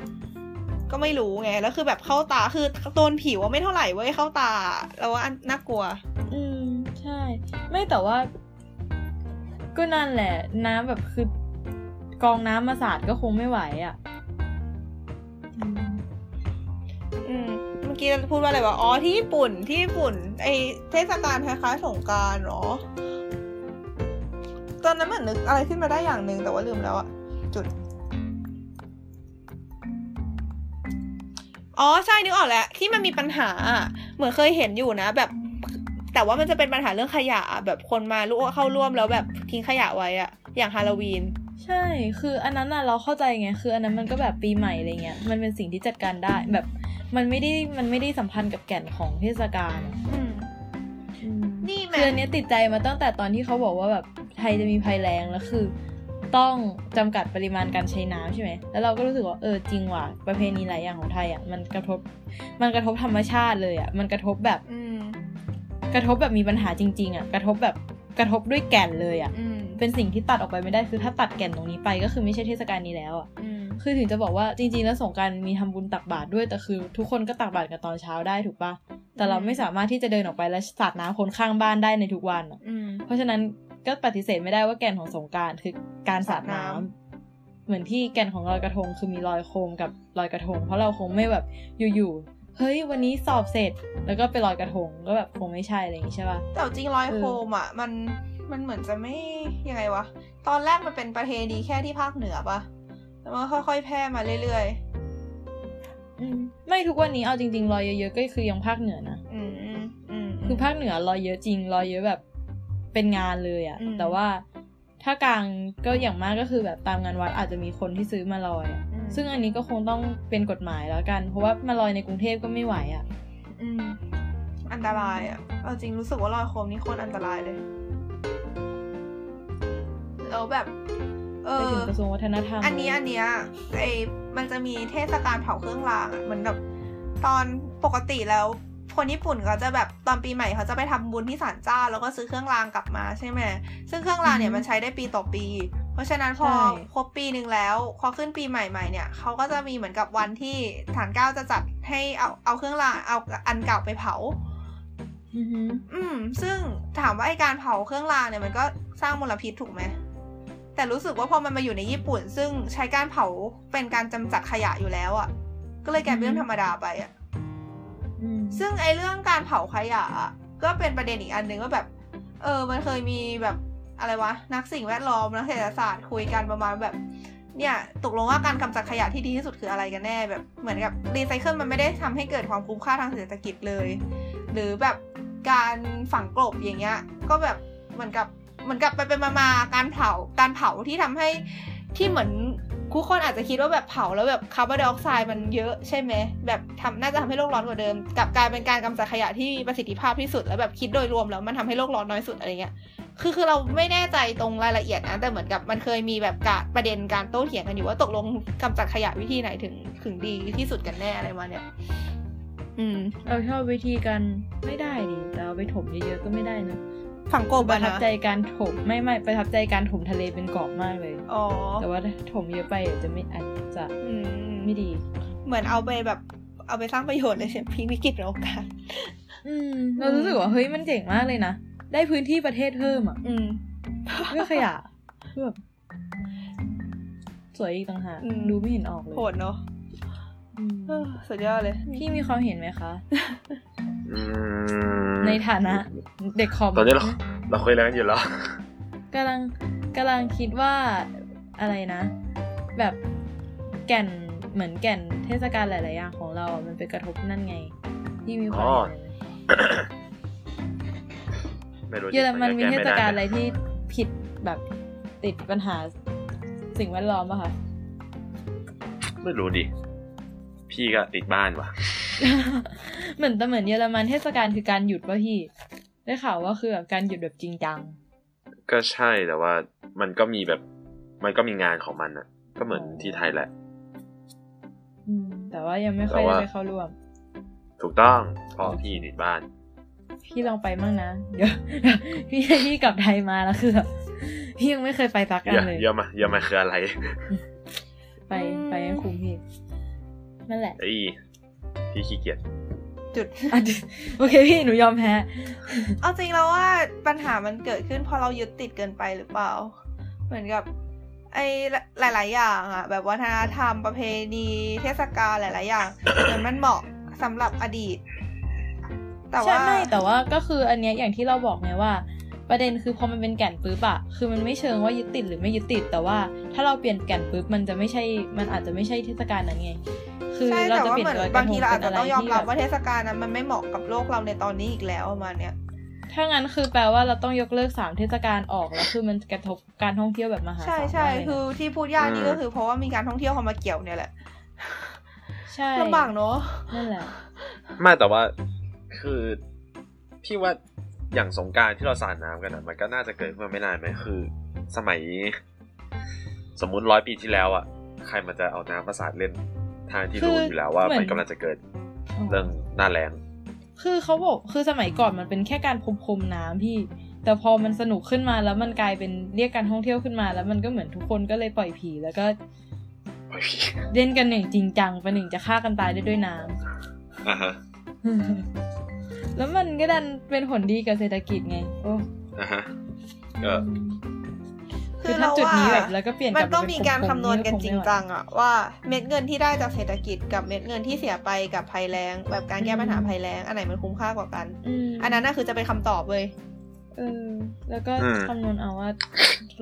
ก็ไม่รู้ไงแล้วคือแบบเข้าตาคือโดนผิวอะไม่เท่าไหร่เว้ยเข้าตาเราว่าอันน่ากลัว
อืม ใช่ ไม่แต่ว่า ก็นั่นแหละ น้ำแบบคือกองน้ำมาสาดก็คงไม่ไหวอะ่ะอืม
อืมเมื่อกี้พูดว่าอะไรวะอ๋อที่ญี่ปุ่นที่ญี่ปุ่น ไอเทศกาลคล้ายๆสงกรารหรอ ตอนนั้นเหมือนนึกอะไรขึ้นมาได้อย่างหนึ่งแต่ว่าลืมแล้วอะจุด อ๋อใช่นึกออกแล้ว ที่มันมีปัญหาอะเหมือนเคยเห็นอยู่นะ แบบ แต่ว่ามันจะเป็นปัญหาเรื่องขยะอะแบบคนมาร่วมเข้าร่วมแล้วแบบทิ้งขยะไว้อะอย่างฮาโลวีน
ใช่ คืออันนั้นน่ะเราเข้าใจไง คืออันนั้นมันก็แบบปีใหม่อะไรเงี้ย มันเป็นสิ่งที่จัดการได้ แบบ มันไม่ได้ มันไม่ได้สัมพันธ์กับแก่นของเทศกาลอะ
อืม
อืม
นี่แม่
คืออันเนี้ยติดใจมาตั้งแต่ตอนที่เขาบอกว่าแบบไทยจะมีภัยแล้งแล้วคือ ต้องจำกัดปริมาณการใช้น้ำใช่ไหมแล้วเราก็รู้สึกว่าเออจริงว่ะประเพณีหลายอย่างของไทยอ่ะมันกระทบมันกระทบธรรมชาติเลยอ่ะมันกระทบแบบ
อืม
กระทบแบบมีปัญหาจริง ๆอ่ะกระทบแบบกระทบด้วยแก่นเลยอ่ะ
อืม
เป็นสิ่งที่ตัดออกไปไม่ได้คือถ้าตัดแก่นตรงนี้ไปก็คือไม่ใช่เทศกาลนี้แล้วอ่ะ
อืม
คือถึงจะบอกว่าจริง ๆ แล้วสงกรารมีทำบุญตักบาตรด้วยแต่คือ ทุกคนก็ตักบาตรกันตอนเช้าได้ถูกปะแต่เราไม่สามารถที่จะเดินออกไปแล้วสาดน้ำคนข้างบ้านได้ในทุกวันอะ
อืม
เพราะฉะนั้นก็ปฏิเสธไม่ได้ว่าแก่นของสงกรารคือการสาดน้ำ
สาดน้
เหมือนที่แก่นของลอยกระทงคือมีลอยโคมกับลอยกระทง เพราะเราคงไม่แบบอยู่ๆเฮ้ยวันนี้สอบเสร็จแล้วก็ไปลอยกระทงก็แบบคงไม่ใช่อะไรอย่างนี้ใช่ป่ะ
แต่จริงรอย
เออ
โคมอ่ะ มันมันเหมือนจะไม่ยังไงวะ ตอนแรกมันเป็นประเพณีแค่ที่ภาคเหนือปะแล้วมันค่อยๆแพร่มาเรื่อย
อืมไม่ทุกวันนี้เอาจริงๆลอยเยอะๆก็คือยังภาคเหนือนะ
ๆ อืมอืมอืม
คือภาคเหนือลอยเยอะจริงลอยเยอะแบบเป็นงานเลยอะ
อืม
แต่ว่าถ้ากลางก็อย่างมากก็คือแบบตามงานวัดอาจจะมีคนที่ซื้อมาลอยอะ
อืม
ซึ่งอันนี้ก็คงต้องเป็นกฎหมายแล้วกัน เพราะว่ามาลอยในกรุงเทพก็ไม่ไหวอะ
อืมอันตรายอ่ะเอาจริงรู้สึกว่ารอยโคมนี่โคตรอันตรายเลยแล้วแบบ เอ
ไป
อ
ถึงกระทรวงวัฒนธรรม
อันเนี้ยอันเนี้ยไอมันจะมีเทศกาลเผาเครื่องรางอะเหมือนแบบตอนปกติแล้ว คนญี่ปุ่นก็จะแบบตอนปีใหม่เขาจะไปทำบุญที่ศาลเจ้า แล้วก็ซื้อเครื่องรางกลับมาใช่ไหมซึ่งเครื่องรางเนี่ยมันใช้ได้ปีต่อปี เพราะฉะนั้นพอ
ใช่
ครบปีหนึ่งแล้วพอขึ้นปีใหม่ใหม่เนี่ยเขาก็จะมีเหมือนกับวันที่ฐานเก้าจะจัดให้เอาเอาเครื่องรางเอาอันเก่าไปเผา
อือหือ
อืม ซึ่งถามว่าไอการเผาเครื่องรางเนี่ยมันก็สร้างมลพิษถูกไหม แต่รู้สึกว่าพอมันมาอยู่ในญี่ปุ่น ซึ่งใช้การเผาเป็นการกำจัดขยะอยู่แล้วอะ่ะ ก็เลยกลายเป็นเรื่องธรรมดาไปอะ่ะ
อืม
ซึ่งไอเรื่องการเผาขยะอะก็เป็นประเด็นอีกอันหนึ่งว่าแบบ เออ มันเคยมีแบบอะไรวะ นักสิ่งแวดล้อมนักเศรษฐศาสตร์คุยกันประมาณแบบ เนี่ยตกลงว่าการกำจัดขยะที่ดีที่สุดคืออะไรกันแน่แบบเหมือนกับรีไซเคิลมันไม่ได้ทำให้เกิดความคุ้มค่าทางเศรษฐกิจเลย หรือแบบการฝังกลบอย่างเงี้ย ก็แบบเหมือนกับเหมือนกับไปเป็นมามาๆการเผาการเผาที่ทำให้ที่เหมือนทุกคนอาจจะคิดว่าแบบเผาแล้วแบบคาร์บอนไดออกไซด์มันเยอะใช่ไหมแบบทำน่าจะทำให้โลกร้อนกว่าเดิมกลับกลายเป็นการกำจัดขยะที่มีประสิทธิภาพที่สุดแล้วแบบคิดโดยรวมแล้วมันทำให้โลกร้อนน้อยสุดอะไรเงี้ย คือคือเราไม่แน่ใจตรงรายละเอียดนะแต่เหมือนกับมันเคยมีแบบกะประเด็นการโต้เถียงกันอยู่ว่าตกลงกำจัดขยะวิธีไหนถึงถึงดีที่สุดกันแน่อะไรมาเนี่ย อืม
เราชอบวิธีการไม่ได้ดิแต่เอาไปถมเยอะๆก็ไม่ได้นะ
ฝังกบ
ป
อะ
ระทับ
นะ
ใจการถมไม่ไม่ประทับใจการถมทะเลเป็นเกาะมากเลย
อ๋อ
แต่ว่าถ้าถมเยอะไปอาจจะไม่อาจจะ
อืม
ไม่ดี
เหมือนเอาไปแบบเอาไปสร้างประโยชน์เลยใช่ไห มพลิกวิกฤตเป็นโอกาส
อืม เรารู้สึกว่าเฮ้ยมันเจ๋งมากเลยนะ ได้พื้นที่ประเทศเพิ่มอ่ะ
อืม
เพื่อขยะเพื่อแบบสวยอีกต่างหาก
อืม
ดูไม่เห็นออกเล ย
โหดเนาะ
อืม
เออสุดยอดเลย
พี่มีความเห็นไหมคะ
อืม
ในฐานะ เด็กคอม
ตอนนี้เราเราคุยอะไรกันอยู่แล้ว
กำลังกำลังคิดว่าอะไรนะ แบบแก่นเหมือนแก่นเทศกาลหลายๆอย่างของเราอะมันไปกระทบนั่นไง ที่มีความเห็นไหม
ไม่รู้
เยอรมันมีเทศกาลอะไร ไรที่ผิดแบบติดปัญหาสิ่งแวดล้อมอะ ค่ะ
ไม่รู้ดิ พี่ก็ติดบ้านว่ะ
เหมือนแต่เหมือนเยอรมันเทศกาลคือการหยุดป่ะพี่ ได้ข่าวว่าคือแบบการหยุดแบบจริงจัง
ก็ใช่แต่ว่ามันก็มีแบบ มันก็มีงานของมันอะก็เหมือนที่ไทยแหละ
อืม แต่ว่ายังไม่ค่อยได้
แต่ว่า
ไปเข้าร่วม
ถูกต้องเพราะพี่ติดบ้าน
พี่ลองไปมั่งนะเดี๋ยว พี่พี่กลับไทยมาแล้วคือแบบ พี่ยังไม่เคยไปสักอัน
เยอะ
เลย
เยอะมาเยอะมาคืออะไร
ไปไปให้คุ้มพี่นั่นแหละ
ไอ้ยพี่ขี้เกียจ
จุด
อ่ะ โอเคพี่หนูยอมแพ้
เอาจริงแล้วว่าปัญหามันเกิดขึ้นเพราะเรายึดติดเกินไปหรือเปล่า เหมือนกับ ไอ้หลาย ๆ อย่างอะแบบวัฒนธรรมประเพณีเทศกาลหลาย ๆ อย่าง เหมือนมันเหมาะสำหรับอดีต แต่
ใช่
ว่า
ไม่แต่ว่าก็คืออันเนี้ยอย่างที่เราบอกไงว่า ประเด็นคือพอมันเป็นแก่นปึ๊บอะคือมันไม่เชิงว่ายึดติดหรือไม่ยึดติด แต่ว่าถ้าเราเปลี่ยนแก่นปึ๊บมันจะไม่ใช่ มันอาจจะไม่ใช่เทศกาลนั้นไง คือ
ใช่
เรา
แต่
จะ
ว่า
เปลี่ย
เหมื
น
อน
ลยก
บาง
ระท
ที
ง
เราอาจ
ป็น
จะ
ไร
ต้องยอม
ที่
รับ
แ
ว่าเทศกาลนั้นมันไม่เหมาะกับโลกเราในตอนนี้อีกแล้วประมาณเนี้ย
ถ้างั้นคือแปลว่าเราต้องยกเลิกสามเทศกาลออกแล้วคือมันกระทบการท่องเที่ยวแบบมหาศาล
ใช่ใช่
มากเลยนะ
คือที่พูดยากนี่ก็คือ เพราะว่ามีการท่องเที่ยวเข้ามาเกี่ยวเนี่ยแหละ
ใช่
ลำบากเนาะ
นั่นแหละ
ไม่แต่ว่าคือพี่ว่าอย่างสงกรารที่เราสาดน้ำกันอะมันก็น่าจะเกิดเมื่อไม่นานไหมคือ สมัย สมมุติร้อยปีที่แล้วอะใครมันจะเอาน้ำมาสาดเล่นทางที่รู้อยู่แล้วว่ามันกำลังจะเกิดเรื่องหน้าแรง
คือเขาบอกคือสมัยก่อนมันเป็นแค่การพรมพรมน้ำพี่ แต่พอมันสนุกขึ้นมาแล้วมันกลายเป็นเรียกการท่องเที่ยวขึ้นมา แล้วมันก็เหมือนทุกคนก็เลยปล่อยผีแล้วก็
โอ้ย
เล่นกันหนึ่างจริงจังประหนึ่งจะฆ่ากันตายได้ด้วยน้
อ่ะฮะ
ำ แล้วมันก็ดันเป็นผลดีกับเศรษฐกิจไง โอ้
อ่ะฮะก็
คื
คือ อ
เรา
ถ้าจุดนี้แบบ
ว่า
แล้วก็เปลี่ยน
มัน
ลับ
ต้องมีการคำนวณกันจริงจั
ง
งอะว่าเม็ดเงินที่ได้จากเศรษฐกิจกับเม็ดเงินที่เสียไปกับภัยแล้ง แบบการแก้
อืม
ปัญหาภัยแล้ง อันไหนมันคุ้มค่ากว่ากัน
อืม
อันนั้นน่ะคือจะเป็นคำตอบเลย
เออ แล้วก็
อืม
คำนวณเอาว่า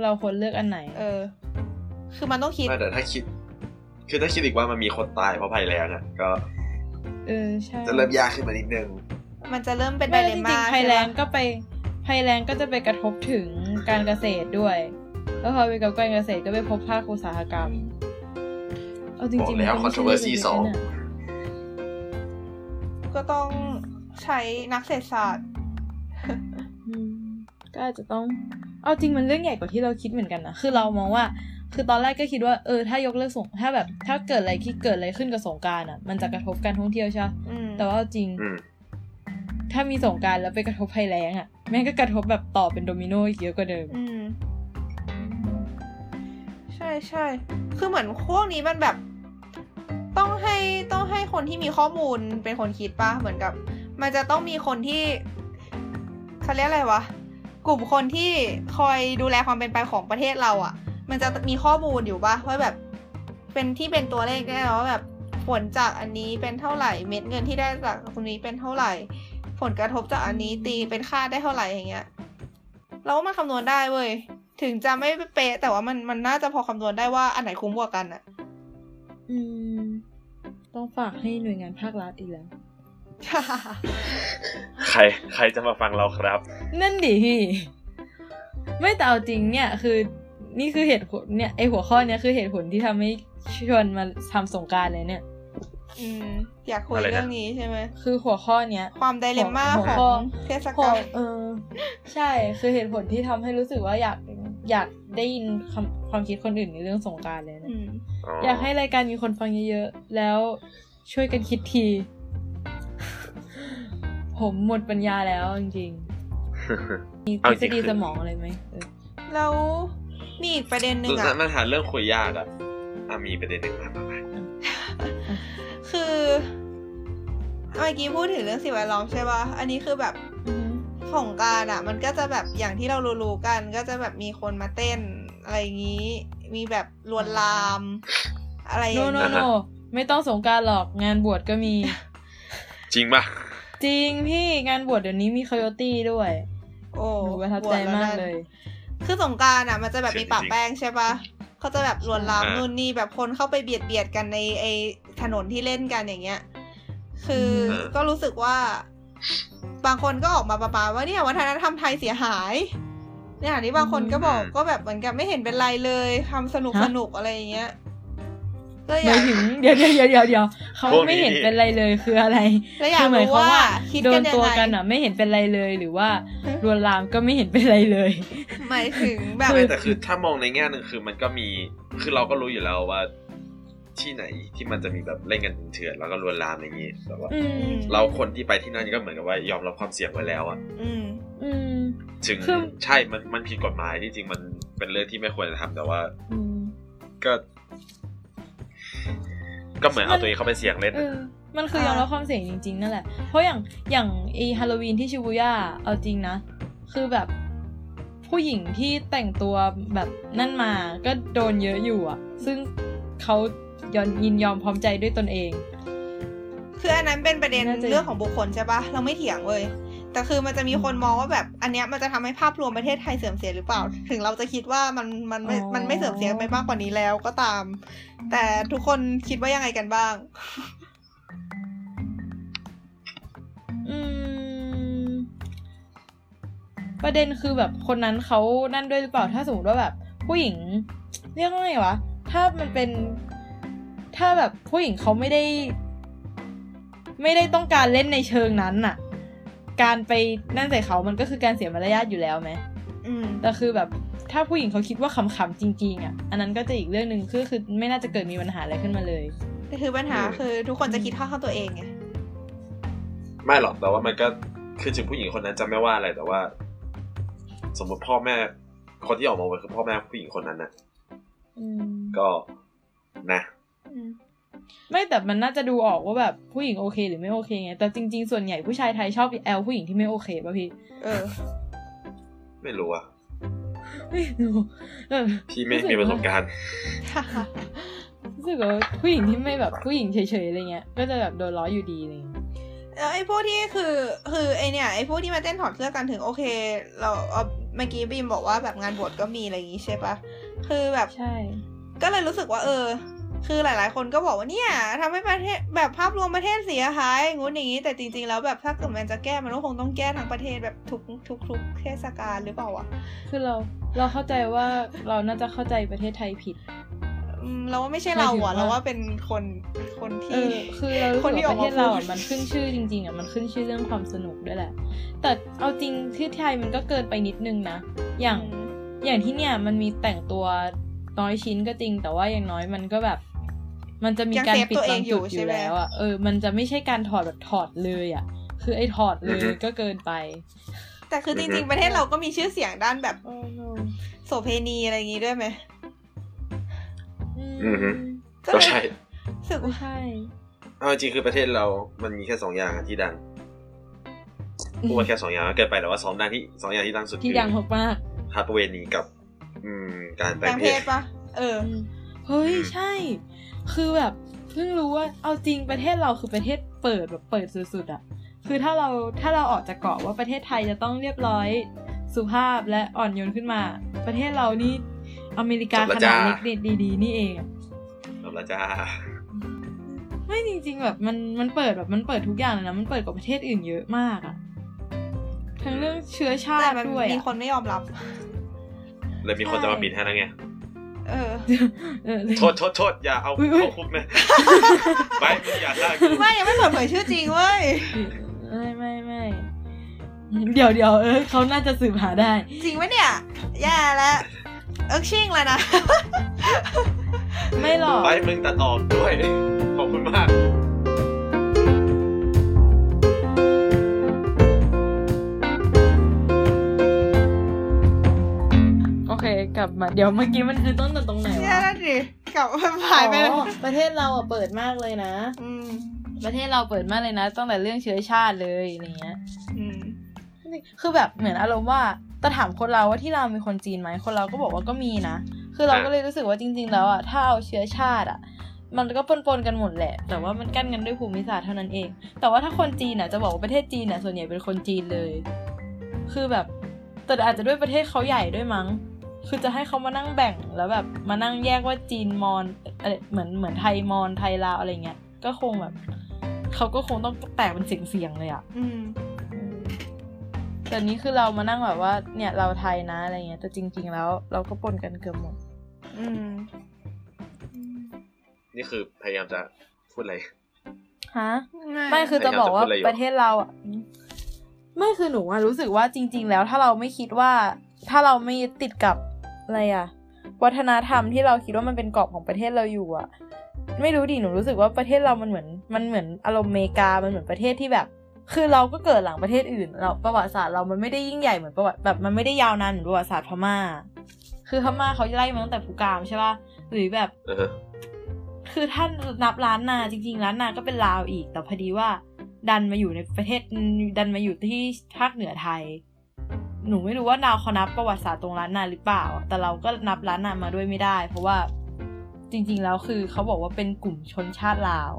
เราควรเลือกอันไหน
เออ คือมันต้องคิด
ไม่แต่ถ้าคิด คือถ้าคิดอีกว่ามันมีคนตายเพราะภัยแล้งอะก็
เออใช่
จะเริ่มยากขึ้นมานิดนึง
มันจะเริ่มเป็นได
ไม่
เร
จ
ม
ริ
ม่าง
ๆภั
ใช่
ย
ไหม
แรงก็ไปภัยแรงก็จะไปกระทบถึงการเกษตรด้วย แล้วพอไปกับการเกษตรก็ไปพบภาคอุตสาหกรรม เอาจริงๆ
บอกแล้ว
มันก็ไม่ใช่
controversy
เรื่
สอง
เดียวกันน่ะ
ก็ต้องใช้นักเศรษฐศาสตร์
อืมก็อาจจะต้อง เอาจริงมันเรื่องใหญ่กว่าที่เราคิดเหมือนกันนะ คือเรามองว่า คือตอนแรกก็คิดว่าเออถ้ายกเลิกสงถ้าแบบ ถ้าเกิดอะไรที่เกิดอะไรขึ้นกับสงกรารอ่ะ มันจะกระทบการท่องเที่ยวใช่ปะ
อืม
แต่ว่าเอาจริง
อืม
ถ้ามีสงกรารแล้วไปกระทบภัยแล้งอ่ะแม่งก็กระทบแบบต่อเป็นโดมิโนอีกเยอะกว่าเดิม
อืม ใช่ใช่คือเหมือนพวกนี้มันแบบ ต้องให้ต้องให้คนที่มีข้อมูลเป็นคนคิดปะเหมือนกับ มันจะต้องมีคนที่เขาเรียกอะไรวะ กลุ่มคนที่คอยดูแลความเป็นไปของประเทศเราอะ่ะ มันจะมีข้อมูลอยู่ปะว่าแบบ เป็นที่เป็นตัวเลขได้แล้วว่าแบบผลจากอันนี้เป็นเท่าไหร่ เม็ดเงินที่ได้จากตรงนี้เป็นเท่าไหร่ ผลกระทบจากอันนี้ตีเป็นค่าได้เท่าไหร่อย่างเงี้ย เราว่ามันคำนวณได้เว้ย ถึงจะไม่เป๊ะแต่ว่ามันมันน่าจะพอคำนวณได้ว่าอันไหนคุ้มกว่ากันอะ
อืม ต้องฝากให้หน่วยงานภาครัฐอีกแล้ว
ใคร ใครจะมาฟังเราครับ
นั่นดิพี่ ไม่แต่เอาจริงเนี่ยคือนี่คือเหตุผลเนี่ยไอหัวข้อเนี่ยคือเหตุผลที่ทำให้ชวนมาทำสงกรารเลยเนี่ย
อืม อยากคุย
อะไรนะ
เรื่องนี้ใช่ไหม
คือหัวข้อเนี้ย
ความไดเลมม่า
หัว
ข
ข้
อ
อ
งเทศ
หัว
กาล
เออ ใช่คือเหตุผลที่ทำให้รู้สึกว่าอยากอยากได้ยินคำความคิดคนอื่นในเรื่องสงกรารเลยนะ
อืม
อยากให้รายการมีคนฟังเยอะๆแล้วช่วยกันคิดที ผมหมดปัญญาแล้วจริงๆมีท
เอา
ฤ
จ
ษ
ริง
ฎี
คือ
สมองอะไรไหมเออ
แล้วมีอีกประเด็นหนึ่งอะ
มันหาเรื่องคุยยากอะอ่ะมีประเด็นหนึ่งมามามา
คือเมื่อกี้พูดถึงเรื่องสิ่งแวดล้อมใช่ป่ะ อันนี้คือแบบ
อือฮึ
สงกรารอ่ะ มันก็จะแบบอย่างที่เรารู้ๆกัน ก็จะแบบมีคนมาเต้นอะไรอย่างนี้ มีแบบลวนลาม อะไรอย่าง
โนโน
นี้
โนไม่ต้องสงกรารหรอกงานบวชก็มี
จริงปะ
จริงพี่งานบวชเดี๋ยวนี้มีคโยตี้ ด้วย
โอ้
โอ้ประทับใจมากเลย
คือสงกรารอ่ะ มันจะแบบมีปะแป้งใช่ป่ะเขาจะแบบลวนลามนู่นนี่แบบคนเข้าไปเบียดเบียดกันในไอถนนที่เล่นกันอย่างเงี้ย คืออ
ม
ก็รู้สึกว่า บางคนก็ออกมาประมาณว่าเนี่ยวัฒนธรรมไทยเสียหายในขณะที่บางคนก็บอก
อืม
ก็แบบเหมือนกับไม่เห็นเป็นไรเลยทำสนุก
ฮะ
สนุกอะไรอย่างเงี้ยก็อ
เดี๋ย
ยาวก
ถึงเดี๋ยวเดี๋ยวเดี๋ยวเดี๋ยวเดี๋ยวเขา
พวกนี้
ไม่เห็นเป็นไรเลยคือ อะไร
แล้วอยา
คื
ก
หมาย
รู้
ความ
ว่า
ว่า
คิด
โด
กัน
น
ยั
ตั
ง
ว
ไง
กันอ่ะ ไม่เห็นเป็นไรเลยหรือว่าลวนลามก็ไม่เห็นเป็นไรเลย
หมายถึงแบบ
ไม่แต่คือถ้ามองในแง่หนึ่งคือมันก็มี คือเราก็รู้อยู่แล้วว่า ที่ไหนที่มันจะมีแบบเล่นกันเถื่อนแล้วก็ลวนลามอย่างนี้แต่ว่า
อืม
เราคนที่ไปที่นั่นก็เหมือนกับว่ายอมรับความเสี่ยงไว้แล้วอะ
อืม
อืม
ถึง
คือ
ใช่มันมันผิดกฎหมายที่จริงมันเป็นเรื่องที่ไม่ควรจะทำแต่ว่า
อืม
ก็ ก็เหมือนเอา
น
ตัวเองเข้าไปเสี่ยงเล่น
เออมันคือ
อ่าย ย
อมรับความเสี่ยงจริงๆ นั่นแหละ เพราะอย่างอย่างไอฮาโลวีนที่ชิบูย่าเอาจริงนะ คือแบบผู้หญิงที่แต่งตัวแบบนั่นมาก็โดนเยอะอยู่อ่ะ ซึ่งเขายอนยินยอมพร้อมใจด้วยตนเอง
คืออันนั้นเป็นประเด็น
น่าจะ
เรื่องของบุคคลใช่ปะเราไม่เถียงเว้ยแต่คือมันจะมีคนมองว่าแบบอันเนี้ยมันจะทำให้ภาพรวมประเทศไทยเสื่อมเสียหรือเปล่า ถึงเราจะคิดว่ามันมันไม่มันไม่เสื่อมเสียไปมากกว่านี้แล้วก็ตาม แต่ทุกคนคิดว่ายังไงกันบ้าง
อืม ประเด็นคือแบบคนนั้นเขานั่นด้วยหรือเปล่าถ้าสมมติว่าแบบ ผู้หญิง เรียกว่าไงวะ ถ้ามันเป็น ถ้าแบบผู้หญิงเขาไม่ได้ ไม่ได้ต้องการเล่นในเชิงนั้นน่ะ การไปนั่นใส่เขามันก็คือการเสียมารยาทอยู่แล้วไหม
อืม
แต่คือแบบถ้าผู้หญิงเขาคิดว่าขำๆจริง ๆ อ่ะ อันนั้นก็จะอีกเรื่องหนึ่งคือคือไม่น่าจะเกิดมีปัญหาอะไรขึ้นมาเลย
แต่คือปัญหาคือทุกคนจะคิดเท่าข้างตัวเองไง
ไม่หรอกแต่ว่ามันก็คือถึงผู้หญิงคนนั้นจะไม่ว่าอะไรแต่ว่า สมมติพ่อแม่ คนที่ออกมาเป็นคือพ่อแม่ผู้หญิงคนนั้นน่ะ
อืม
ก็นะ
อืม
ไม่แต่มันน่าจะดูออกว่าแบบผู้หญิงโอเคหรือไม่โอเคไง แต่จริงๆ ส่วนใหญ่ผู้ชายไทยชอบแอลผู้หญิงที่ไม่โอเคป่ะ พี่
เอ อ
ไม่รู้อะ
ไม่รู้เออ
พี่ไม่มีประสบการณ์
รู้สึกว่าผู้หญิงที่ไม่แบบผู้หญิงเฉยๆอะไรเงี้ย ก็จะแบบโดนล้ออยู่ดีอะไรเงี้ย
แล้วไอ้พวกที่คือคือไอเนี่ยไอ้พวกที่มาเต้นถอดเสื้อกันถึงโอเค เราเอาเมื่อกี้บีมบอกว่าแบบงานบวชก็มีอะไรอย่างงี้ใช่ปะคือแบบ
ใช่
ก็เลยรู้สึกว่าเออ คือหลาย ๆ คนก็บอกว่าเนี่ยทำให้ประเทศแบบภาพรวมประเทศเสียหายงู้นอย่างนี้ แต่จริง ๆ แล้วแบบถ้าเกิดมันจะแก้มันก็คงต้องแก้ทั้งประเทศแบบทุกทุกทุกเทศกาลหรือเปล่าวะ
คือเราเราเข้าใจว่าเราน่าจะเข้าใจประเทศไทยผิด
อืมเราว่าไม่ใช่เรา
หมายถึ
อะ
งว่า
เราว่าเป็นคนคน
เอ
ที่
อคือเรารู้
คนที่
สึ
อ
กว่าป
อกมา
ระเทศเราอ่ะ
พูด
มันขึ้นชื่อจริงๆอ่ะมันขึ้นชื่อเรื่องความสนุกด้วยแหละ แต่เอาจริงที่ไทยมันก็เกินไปนิดนึงนะอย่าง อย่างที่เนี่ยมันมีแต่งตัวน้อยชิ้นก็จริง แต่ว่าอย่างน้อยมันก็แบบ มันจะมี
ยัง
การ
เซฟ
ปิ
ตัวเอบ
ดาง ง
อยู่
จุดอ
ใช่
ยู่
ไหม
แล้วอ่ะเออมันจะไม่ใช่การถอดแบบถอดเลยอ่ะ คือไอ้ถอดเล
อือย ฮึ
ก็เกินไป
แต่คือจริง ๆ ประเทศเราก็มีชื่อเสียงด้านแบบ
โอ้โน
โสเพณีอะไรอย่างงี้ด้วยไหม
อือฮึ
ก็เล
ก็
ย
ใช่
รู้สึก
ไม่
ว่า
ใช่
เอาจริงๆคือประเทศเรา มันมีแค่สองอย่างอะที่ดังพูดว่าแค่สองอย่างก็เกินไปแต่ว่าสองด้านที่สองอย่างที่ดังสุด
ที่ดัง
คือ
มาก
ฮาร์ปเวนีกับ อืม การแป
แป
ล
ล
ง
ง
เพ
เพ
ศ
ศปะเออ
ๆเฮ้ยใช่ คือแบบเพิ่งรู้ว่าเอาจริงประเทศเราคือประเทศเปิดแบบเปิดสุดๆอ่ะ คือถ้าเราถ้าเราออกจากเกาะว่าประเทศไทยจะต้องเรียบร้อยสุภาพและอ่อนโยนขึ้นมา ประเทศเรานี่อเมริกา
จ
ข
บแล้ว
นาด
จ้า
เล็กเด็ดดีๆ นี่เองอะ
จบแล้วจ้า
ไม่จริง ๆ แบบมันมันเปิดแบบมันเปิดทุกอย่างเลยนะมันเปิดกว่าประเทศอื่นเยอะมากอะทั้งเรื่องเชื้อชา
แต่
ติ
มัน
ด้วย
มี
อะ
คนไม่ยอมรับ
เลยมีคนจะมาบิดให้นะไง
เออ
เออ
โทษโทษโทษอย่าเอา
อุ๊ยอุ๊ย
เข้าคุกนะ ไปอย่าฆ่ากู
ไม่ยังไม่เปิดเผยชื่อจริงเว้ย
ไม่ไม่ไม่เดี๋ยวเดี๋ยวเออเขาน่าจะสืบหาได้
จริงไหมเนี่ย แย่แล้วเอิกชิ่งเลยนะ
ไม่หรอก
ไปมึงตัดออกด้วย ขอบคุณมาก
กลับมาเดี๋ยวเมื่อกี้มันคือต้นแต่ตรงไหน
เนี่ยว
ะ
นั่นดิกลับหายไปเลย
อ๋อประเทศเราอ่ะเปิดมากเลยนะ
อืม
ประเทศเราเปิดมากเลยนะตั้งแต่เรื่องเชื้อชาติเลยอะไรเงี้ย
อืม
คือแบบเหมือนอารมณ์ว่าแต่ถามคนเราวว่าที่เราวมีคนจีนไหมคนเราวก็บอกว่าก็มีนะ คือเราก็เลยรู้สึกว่าจริง ๆ แล้วอ่ะถ้าเอาเชื้อชาติอ่ะ มันก็ปนๆกันหมดแหละ แต่ว่ามันกั้นกันด้วยภูมิศาสตร์เท่านั้นเอง แต่ว่าถ้าคนจีนอ่ะจะบอกว่าประเทศจีนอ่ะส่วนใหญ่เป็นคนจีนเลย คือแบบแต่อาจจะด้วยประเทศเขาใหญ่ด้วยมั้ง คือจะให้เขามานั่งแบ่งแล้วแบบมานั่งแยกว่าจีนมอนอะไรเหมือนเหมือนไทยมอนไทยลาวอะไรเงี้ย ก็คงแบบเขาก็คงต้องแตกเป็นเสียงๆเลยอ่ะ
อืม
แต่นี้คือเรามานั่งแบบว่าเนี่ยเราไทยนะอะไรเงี้ยแต่จริง ๆ แล้ว เราก็ปนกันเกือบหมด
อืม
นี่คือพยายามจะพูดอะไร
ฮะ ไม่คือจะบอกว่า
ไม่งั้นจะพูดอะไรอยู่
ประเทศเราอ่ะไม่คือหนูอะรู้สึกว่าจริง ๆ แล้วถ้าเราไม่คิดว่า ถ้าเราไม่ยึดติดกับอะไรอ่ะ วัฒนธรรมที่เราคิดว่ามันเป็นกรอบของประเทศเราอยู่อ่ะ ไม่รู้ดิหนูรู้สึกว่าประเทศเรามันเหมือน มันเหมือนอารมณ์อเมริกา มันเหมือนประเทศที่แบบ คือเราก็เกิดหลังประเทศอื่น เราประวัติศาสตร์เรามันไม่ได้ยิ่งใหญ่เหมือนประวัติแบบมันไม่ได้ยาวนานเหมือนประวัติศาสตร์พม่า คือพม่าเขาไล่มาตั้งแต่ภูกามใช่ป่ะหรือแบบ
เออฮะ
คือท่านนับร้านนาจริงๆร้านนาก็เป็นลาวอีก แต่พอดีว่า ดันมาอยู่ในประเทศดันมาอยู่ที่ภาคเหนือไทย หนูไม่รู้ว่าดาวเขานับประวัติศาสตร์ตรงร้านนาหรือเปล่า แต่เราก็นับร้านนามาด้วยไม่ได้ เพราะว่าจริง ๆ แล้วคือเขาบอกว่าเป็นกลุ่มชนชาติลาว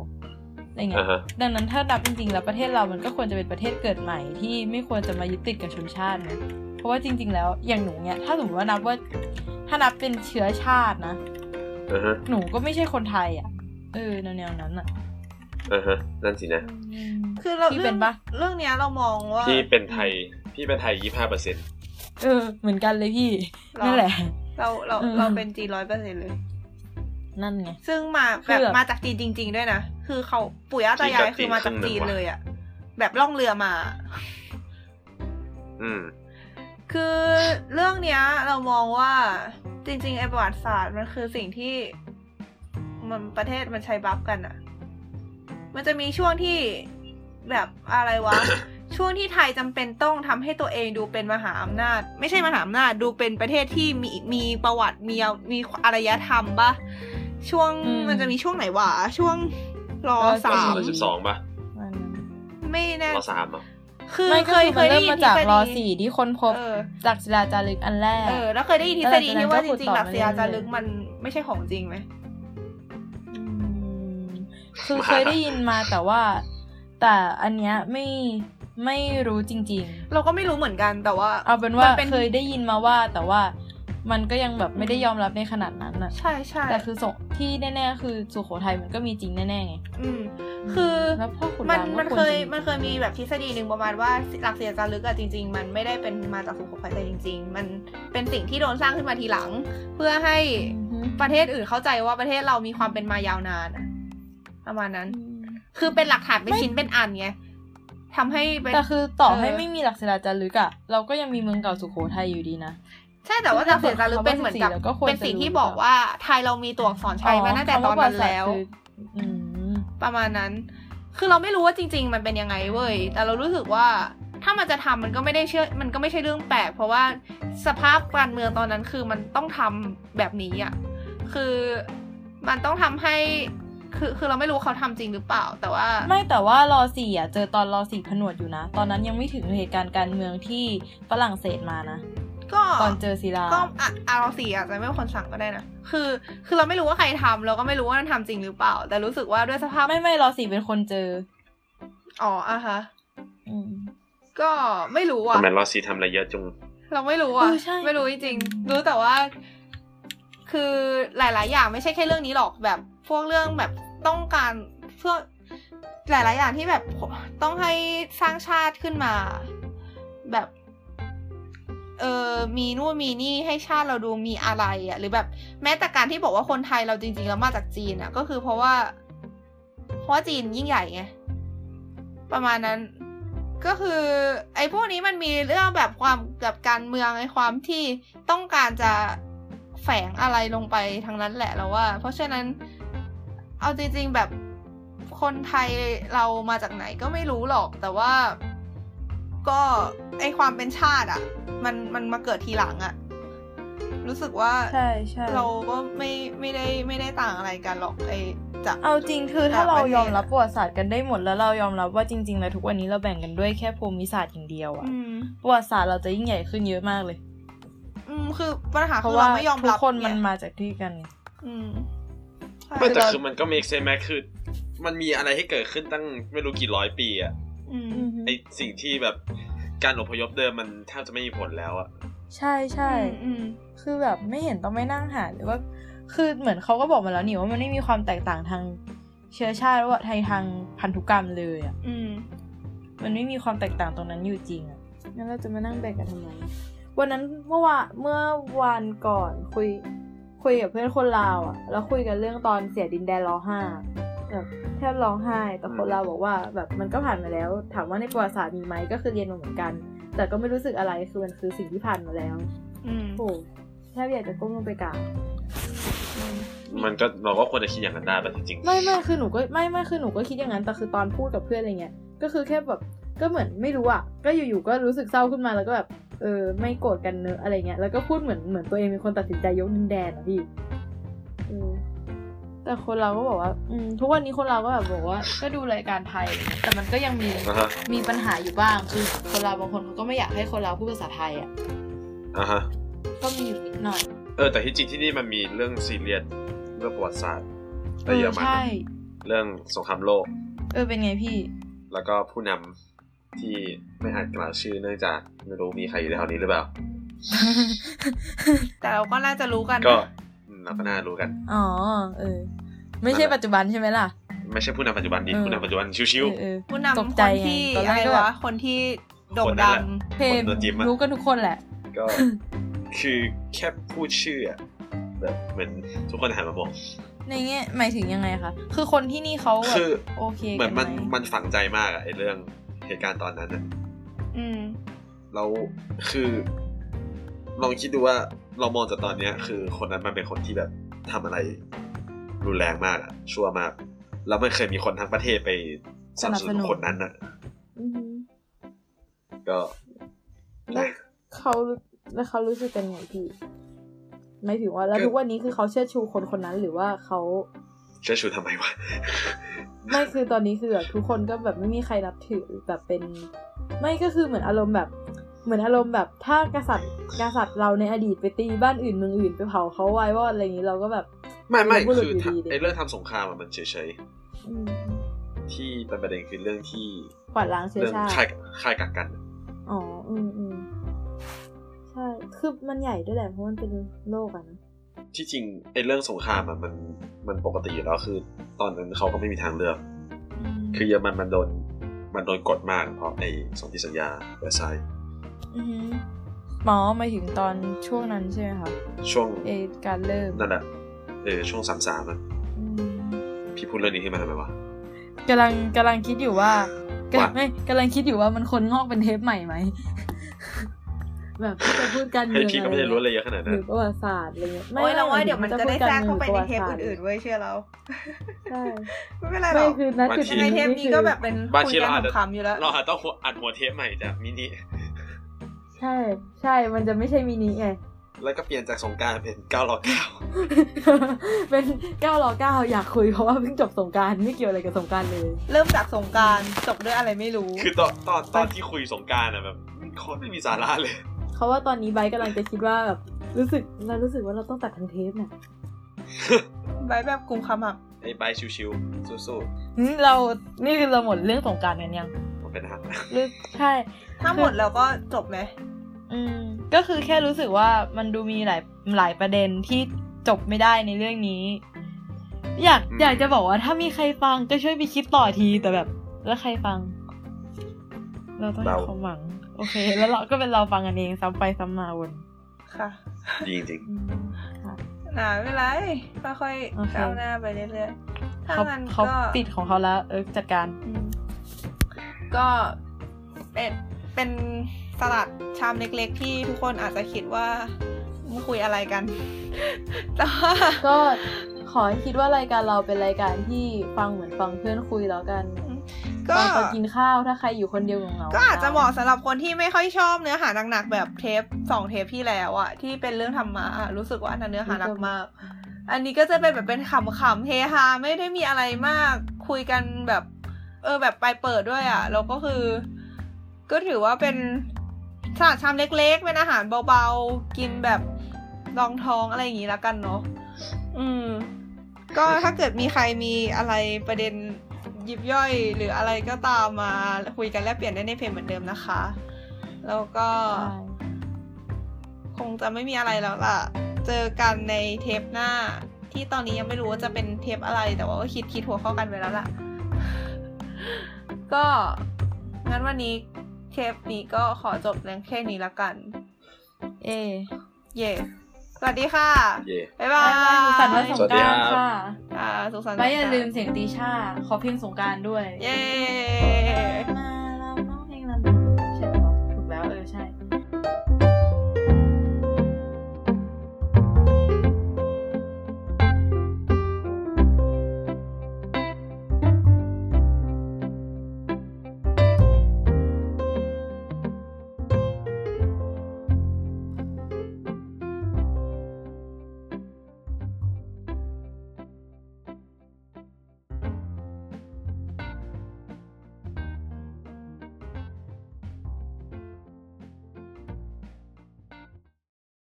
อะไรเงี้
อ่าย ฮะ
ดังนั้นถ้านับจริงๆ แล้วประเทศเรามันก็ควรจะเป็นประเทศเกิดใหม่ที่ไม่ควรจะมายึดติดกับชนชาตินะเพราะว่าจริง ๆ แล้วอย่างหนูเนี่ยถ้าสมมติว่านับว่าถ้านับเป็นเชื้อชาตินะ
อ่าฮะ
หนูก็ไม่ใช่คนไทยอ่ะ เออแนวๆนั้นอ่ะ
อ่าฮะนั่นสินะ
คือเรา
พี่เป็นปะ
เรื่องเนี้ยเรามองว่า
พี่เป็นไทย พี่เป็นไทยยี่ห้าเปอร์เซ็นต์
เออ เหมือนกันเลยพี่
หรอ
นั่นแหละ
เราเรา
อืม
เราเป็นจีนร้อยเปอร์เซ็นเลย
นั่นไง
ซึ่งมา
คื
แบ
อบ แบบ
มาจากจีนจริง ๆ ด้วยนะ คือเขาปู่ย่าตายายคือมาจากจีนเลยอะแบบล่องเรือมา
อืม
คือเรื่องเนี้ย เรามองว่าจริงๆไอประวัติศาสตร์มันคือสิ่งที่ มันประเทศมันใช้บัฟกันอะมันจะมีช่วงที่แบบอะไร วะ ช่วงที่ไทยจำเป็นต้องทำให้ตัวเองดูเป็นมหาอำนาจ ไม่ใช่มหาอำนาจดูเป็นประเทศที่มีมีประวัติมีมีอารยธรรมปะช่วง
อืม
มันจะมีช่วงไหนวะช่วงรอสา
สาม มสิบสองป่ะ
นั่น
ไม่แน่
รอสามอ่ะ
คือ
ไม่
เค
ก็
ย
คือ
เคย
มันเริ่
ได้
ม
ยิน
มา
ทฤ
จาก
ษ
ร
ฎี
อสี่ที่ค้นพบ
เออ
จากศิลาจารึกอันแรก
เออ แล้วเคยได้ยินทฤษฎีที่ว่าจริงๆหลักเสียอาจารึกมันไม่ใช่ของจริงไหม
มคือเคยได้ยินมาแต่ว่า แต่อันเนี้ยไม่ไม่รู้จริง
เราก็ไม่รู้เหมือนกันแต่ว่า
ๆ เอาเป็นว่าน
เป็น
เคยได้ยินมาว่า แต่ว่ามันก็ยังแบบไม่ได้ยอมรับในขนาดนั้นอ่ะ
ใช่ใช่
แต่คือส่งที่แน่ๆคือสุโขทัยมันก็มีจริงแน่ๆไง
อืม คือ
แล้วพ่อขุน
มัน
รามก็
มัน
วร
เคย
จะ
มันเคยมีแบบทฤษฎีหนึ่งประมาณว่าหลักเสียอาจารึกอะจริง ๆ มันไม่ได้เป็นมาจากสุโขทัยแต่จริง ๆ มันเป็นสิ่งที่โดนสร้างขึ้นมาทีหลัง เพื่อให้
อือฮึ
ประเทศอื่นเข้าใจว่าประเทศเรามีความเป็นมายาวนานอะประมาณนั้น คือเป็นหลักฐานเป็นชิ้นเป็นอันไงทำให้เป็น
แต่คือต่อ
เออ
ให้ไม่มีหลักศิลาจารึกอะเราก็ยังมีเมืองเก่าสุโขทัยอยู่ดีนะ
ใช่แต่ว่าหลักเสียอาจารึกเป็นเหมือนกับ
แล้วก็ควรจะรู้
เป็นสิ่งที่บอกว่าไทยเรามีตัวอักษรใช้มาตั้งแต่ตอนนั้นแล้ว
คำาประวัติศาสตร์คืออืม
ประมาณนั้น คือเราไม่รู้ว่าจริง ๆ มันเป็นยังไงเว้ย แต่เรารู้สึกว่าถ้ามันจะทำมันก็ไม่ได้เชื่อ มันก็ไม่ใช่เรื่องแปลก เพราะว่าสภาพการเมืองตอนนั้นคือมันต้องทำแบบนี้อ่ะ คือมันต้องทำให้ คือ คือเราไม่รู้เขาทำจริงหรือเปล่า แต่ว่า
ไม่แต่ว่ารอสี่อะเจอตอนรอสี่ผนวดอยู่นะ ตอนนั้นยังไม่ถึงเหตุการณ์การเมืองที่ฝรั่งเศสมานะ
ก็
ตอนเจอศิลา
ก็อ่ะอาเราสีอาจจะไม่เป็นคนสั่งก็ได้นะ คือ คือเราไม่รู้ว่าใครทำเราก็ไม่รู้ว่ามันทำจริงหรือเปล่า แต่รู้สึกว่าด้วยสภาพ
ไม่ไม่รอสี่เป็นคนเจอ
อ๋ออะฮะ
อืม
ก็ไม่รู้อ่ะ
ทำไมรอซีทำอะไรเยอะจุง
เราไม่รู้อ่ะ
เออใช่
ไม่รู้จริงๆ
อืม
รู้แต่ว่า คือหลาย ๆ อย่างไม่ใช่แค่เรื่องนี้หรอกแบบ พวกเรื่องแบบต้องการเพื่อหลาย ๆ อย่างที่แบบต้องให้สร้างชาติขึ้นมา แบบ เออมีนู่นมีนี่ให้ชาติเราดูมีอะไรอ่ะ หรือแบบแม้แต่การที่บอกว่าคนไทยเราจริง ๆ แล้วมาจากจีนอ่ะ ก็คือเพราะว่า เพราะว่าจีนยิ่งใหญ่ไง ประมาณนั้น ก็คือ ไอ้พวกนี้มันมีเรื่องแบบความแบบการเมืองไอ้ความที่ต้องการจะแฝงอะไรลงไปทางนั้นแหละเราว่า เพราะฉะนั้นเอาจริงๆแบบคนไทยเรามาจากไหนก็ไม่รู้หรอก แต่ว่าก็ไอความเป็นชาติอะ่ะ มันมันมาเกิดทีหลังอะ่ะ รู้สึกว่า
ใช่ใช่
เราก็ไม่ไม่ได้ไม่ได้ต่างอะไรกันหรอกไอจาก
เอาจริงคือถ้าเรา
ต่างประเทศ
ยอมรับประวัติศาสตร์กันได้หมดแล้วเรายอมรับว่าจริงๆแล้วทุกวันนี้เราแบ่งกันด้วยแค่ภูมิศาสตร์อย่างเดียวอะ
อืม
ประวัติศาสตร์เราจะยิ่งใหญ่ขึ้นเยอะมากเลย
อืมคือปัญหา
เพ
คื
ราะ
อ
ว่า
เราไม่ยอม
ทุ
รั
ก
บ
คนมัน
เย
มาจากที่กัน
อืมใช่
ไม่แต่
เรา
คือมันก็ make sense ไหมคือ มันมีอะไรให้เกิดขึ้นตั้งไม่รู้กี่ร้อยปีอะ
อืม
ไอสิ่งที่แบบการอพยพเดิมมันแทบจะไม่มีผลแล้วอะ
ใช่ใช่
อืม
คือแบบไม่เห็นต้องไม่นั่งหาหรือว่า คือเหมือนเขาก็บอกมาแล้วนี่ว่ามันไม่มีความแตกต่างทางเชื้อชาติว่าไทยทางพันธุกรรมเลยอ่ะ
อืม
มันไม่มีความแตกต่างตรงนั้นอยู่จริงอ่ะ งั้นเราจะมานั่งแบ่งกันทำไม วันนั้นเมื่อวานเมื่อวานก่อนคุย คุยกับเพื่อนคนลาวอ่ะ แล้วคุยกันเรื่องตอนเสียดินแดนร้องไห้แบบแทบร้องไห้ แต่คนลาวบอกว่า แบบมันก็ผ่านมาแล้ว ถามว่าในประวัติศาสตร์มีไหมก็คือเรียนมาเหมือนกัน แต่ก็ไม่รู้สึกอะไร คือมันคือสิ่งที่ผ่านมาแล้ว
อืม
โหแทบอยากจะก้มลงไปกราบ
มันก็เราก็ควรจะคิดอย่างนั้นได้ปะจริงๆ
ไม่ไม่คือหนูก็ไม่ไม่คือหนูก็คิดอย่างนั้นแต่คือตอนพูดกับเพื่อนอะไรเงี้ยก็คือแค่แบบก็เหมือนไม่รู้อ่ะก็อยู่ๆก็รู้สึกเศร้าขึ้นมาแล้วก็แบบเออไม่โกรธกันเนอะอะไรเงี้ยแล้วก็พูดเหมือนเหมือนตัวเองเป็นคนตัดสินใจยกดินแดนอะพี่เออแต่คนเราก็บอกว่า อืมทุกวันนี้คนเราก็แบบบอกว่า
ก็ดูรายการไทย แต่มันก็ยังมี
อ่าฮะ
มีปัญหาอยู่บ้างคือคนเราบางคนเขาก็ไม่อยากให้คนเราพูดภาษาไทยอ่ะ
อ่าฮะ
ก็มีอยู่นิดหน่อย
เออแต่ที่จริงที่นี่มันมีเรื่องซีเรียสเรื่องประวัติศาสตร์
เอ
แต่เย
อ
อรมัน
ใช่
เรื่องสงครามโลก
เออเป็นไงพี่
แล้วก็ผู้นำที่ไม่อาจกล่าวชื่อเนื่องจากไม่รู้มีใครอยู่ในแถวนี้หรือเปล่า
แต่เราก็น่าจะรู้กัน
ก็
นะ
อืมเราก็น่ารู้กัน
อ๋อเออ ไม่ใช่ปัจจุบันใช่ไหมล่ะ
ไม่ใช่ผู้นำปัจจุบันดิ
เออ
ผู้นำปัจจุบันชิ
เอ
ว
อเออ
ผู้
ตก
นำค
ใจ
น
ไง
ที่
ตอนแร
อะ
ก
ไร
ก็แบบ
วะคนที่โด่ง
คนนั่
ดั
น
ง
แหละ
เพลง
คนโดนจิ้มอะ
รู้กันทุกคนแหละ
ๆ ก็ คือแค่พูดชื่ออะแบบเหมือนทุกคนหันมามอง
ในแง่หมายถึงยังไงคะ คือคนที่นี่เขาแบบ
คือ
โอเค
เหมือนมัน
กัไห
มันฝังใจมากอะไอเรื่องเหตุการณ์ตอนนั้นอะ
อืม
แล้วคือลองคิดดูว่าเรามองจากตอนเนี้ย คือคนนั้นมันเป็นคนที่แบบทำอะไรรุนแรงมากอะชั่วมาก แล้วมันเคยมีคนทั้งประเทศไปสนับสนุนคนนั้นอะ
อือฮึ
ก็
แล้วเขาแล้วเขารู้สึกกันไงพี่หมายถึงว่าแล้วทุกวันนี้คือเขาเชื่อชูคนคนนั้นหรือว่าเขา
เชื่อชูทำไมวะ
ไม่คือตอนนี้คือแบบทุกคนก็แบบไม่มีใครนับถือแบบเป็น ไม่ก็คือเหมือนอารมณ์แบบ เหมือนอารมณ์แบบถ้ากษัตริย์กษัตริย์เราในอดีตไปตีบ้านอื่นเมืองอื่นไปเผาเขาไว้ว่าอะไรอย่างนี้เราก็แบบ
ไม่ไม่
บุรุษ
คือ
อยู่
ถ้า
ดีดิ
ไอเรื่องทำสงครามอะมันเฉย
อืม
ๆที่เป็นประเด็นคือเรื่องที่
กวาดล้างเชื้อ
เรื่อง
ชาติ
ค่ายค่ายกักกันอะ
อ๋อ อืมอืมใช่ คือมันใหญ่ด้วยแหละ เพราะมันเป็นโลกอะนะ
ที่จริงไอเรื่องสงครามอะมันมันปกติอยู่แล้วคือ ตอนนั้นเขาก็ไม่มีทางเลือก คือเยอรมันมันโดนมันโดนกดมากเพราะไอสนธิสัญญาเวอร์ไซน์
อือหือหมอหมายถึงตอนช่วงนั้นใช่ไหมคะ
ช่วง
เออการเริ่ม
นั่นแหละเออช่วงสามสามอะ
อืม
พี่พูดเรื่องนี้ขึ้นมาทำไมวะ
กำลังกำลังคิดอยู่ว่า
ว่า
ไม่กำลังคิดอยู่ว่ามันคนงอกเป็นเทปใหม่ไหม แบบจะพูดการเมื
ให้
อง
พี่ก็
อะ
ไม่
ไร
ได้รู้อะไรเยอะขนาด
ห
นั้
รื
น
อประวัติศาสตร์อะไรเงี้ย
โอ้ยเราว่าเดี๋ยวมันจะได้แทรกเข้าไปในเทป
หรื
อื่นๆเว้ยเชื่อเรา
ใช่
ไม่เป็นไรหร
ไม่
อก
คือนัดจุด
ในเทปนี้ก็แบบเป็น
บาง
คุ
ที
ยกั
เรา
น
อาจจะ
ขำๆอยู่แล้ว
เราอาจต้องอัดหัวเทปใหม่จากมินิ
ใช่ ใช่ มันจะไม่ใช่มินิไง
แล้วก็เปลี่ยนจากสงกรารเป็นเก้ารอเก้า
เป็นเก้ารอเก้าอยากคุยเพราะว่าเพิ่งจบสงกรารไม่เกี่ยวอะไรกับสงกรารเลย
เริ่มจากสงกรารจบด้วยอะไรไม่รู้
คือตอนตอนตอนที่คุยสงกรารอะแบบโคตรไม่มีสาระเลย
เขาว่าตอนนี้ไบร์ทกำลังจะคิดว่าแบบรู้สึกเรารู้สึกว่าเราต้องตัดทางเทปน่ะ
ไว้แบบกลุ่มขมับ
ไอ้ใบชิวๆสู้
เรานี่คือเราหมดเรื่องสงกรารกันยัง
ๆมันเป็นทหาร
หรือใช่
ถ้าหมดเราก็จบไหม
อืมก็คือแค่รู้สึกว่ามันดูมีหลายหลายประเด็นที่จบไม่ได้ในเรื่องนี้ อยากอยากจะบอกว่าถ้ามีใครฟังก็ช่วยไปคิดต่อทีแต่แบบ แล้วใครฟัง เราต้องให้ความหวัง โอเค แล้วเราก็เป็นเราฟังกันเองซ้ำไปซ้ำมาวน
ค่ะ
ดี จริง
อืมค่ะ
น่าไม่เป็นไรค่อย
โอเค
ๆก้าวหน้าไปเรื่อยๆถ้า
เขา
งั้น
เขา
ก็
ปิดของเขาแล้ว เออจัดการ
อืมก็เป็นเป็นสลัดชามเล็กๆ ที่ทุกคนอาจจะคิดว่ามึงคุยอะไรกัน แต่ว่า
ก็ขอให้คิดว่ารายการเราเป็นรายการที่ฟังเหมือนฟังเพื่อนคุยแล้วกัน
อืม ก็
ตอนไปกินข้าวถ้าใครอยู่คนเดียวเหงาๆ
ก็อาจจะเหมาะสำหรับคนที่ไม่ค่อยชอบเนื้อหาหนักๆแบบเทปสองเทปที่แล้วอะที่เป็นเรื่องธรรมะอะรู้สึกว่าอันนั้นเนื้อหาหนักมาก อันนี้ก็จะเป็นแบบเป็นขำๆเฮฮาไม่ได้มีอะไรมากคุยกันแบบ เออแบบไปเปิดด้วยอะแล้วก็คือ ก็ถือว่าเป็นสลัดชามเล็กๆ เป็นอาหารเบาๆ กินแบบรองท้องอะไรอย่างนี้ละกันเนาะอืม ก็ถ้าเกิดมีใครมีอะไรประเด็นยิบย่อยหรืออะไรก็ตามมาคุยกันแลกเปลี่ยนได้ในเพจเหมือนเดิมนะคะ แล้วก็
ใช่
คงจะไม่มีอะไรแล้วล่ะ เจอกันในเทปหน้า ที่ตอนนี้ยังไม่รู้ว่าจะเป็นเทปอะไร แต่ว่าก็คิดคิดหัวข้อกันไว้แล้วล่ะ ก็งั้นวันนี้เทปนี้ก็ขอจบเพียงแค่นี้ละกัน
เอย
เย่สวัสดีค่ะ
เย่
บ๊าย
ไป
บา
ไป
ย
สุขสันต์วันสงกรารค่ะ
อ่าสุขสันต์
และอย่าลืมเสียงตีชาขอเพลงสงกรารด้วย
เย่
มา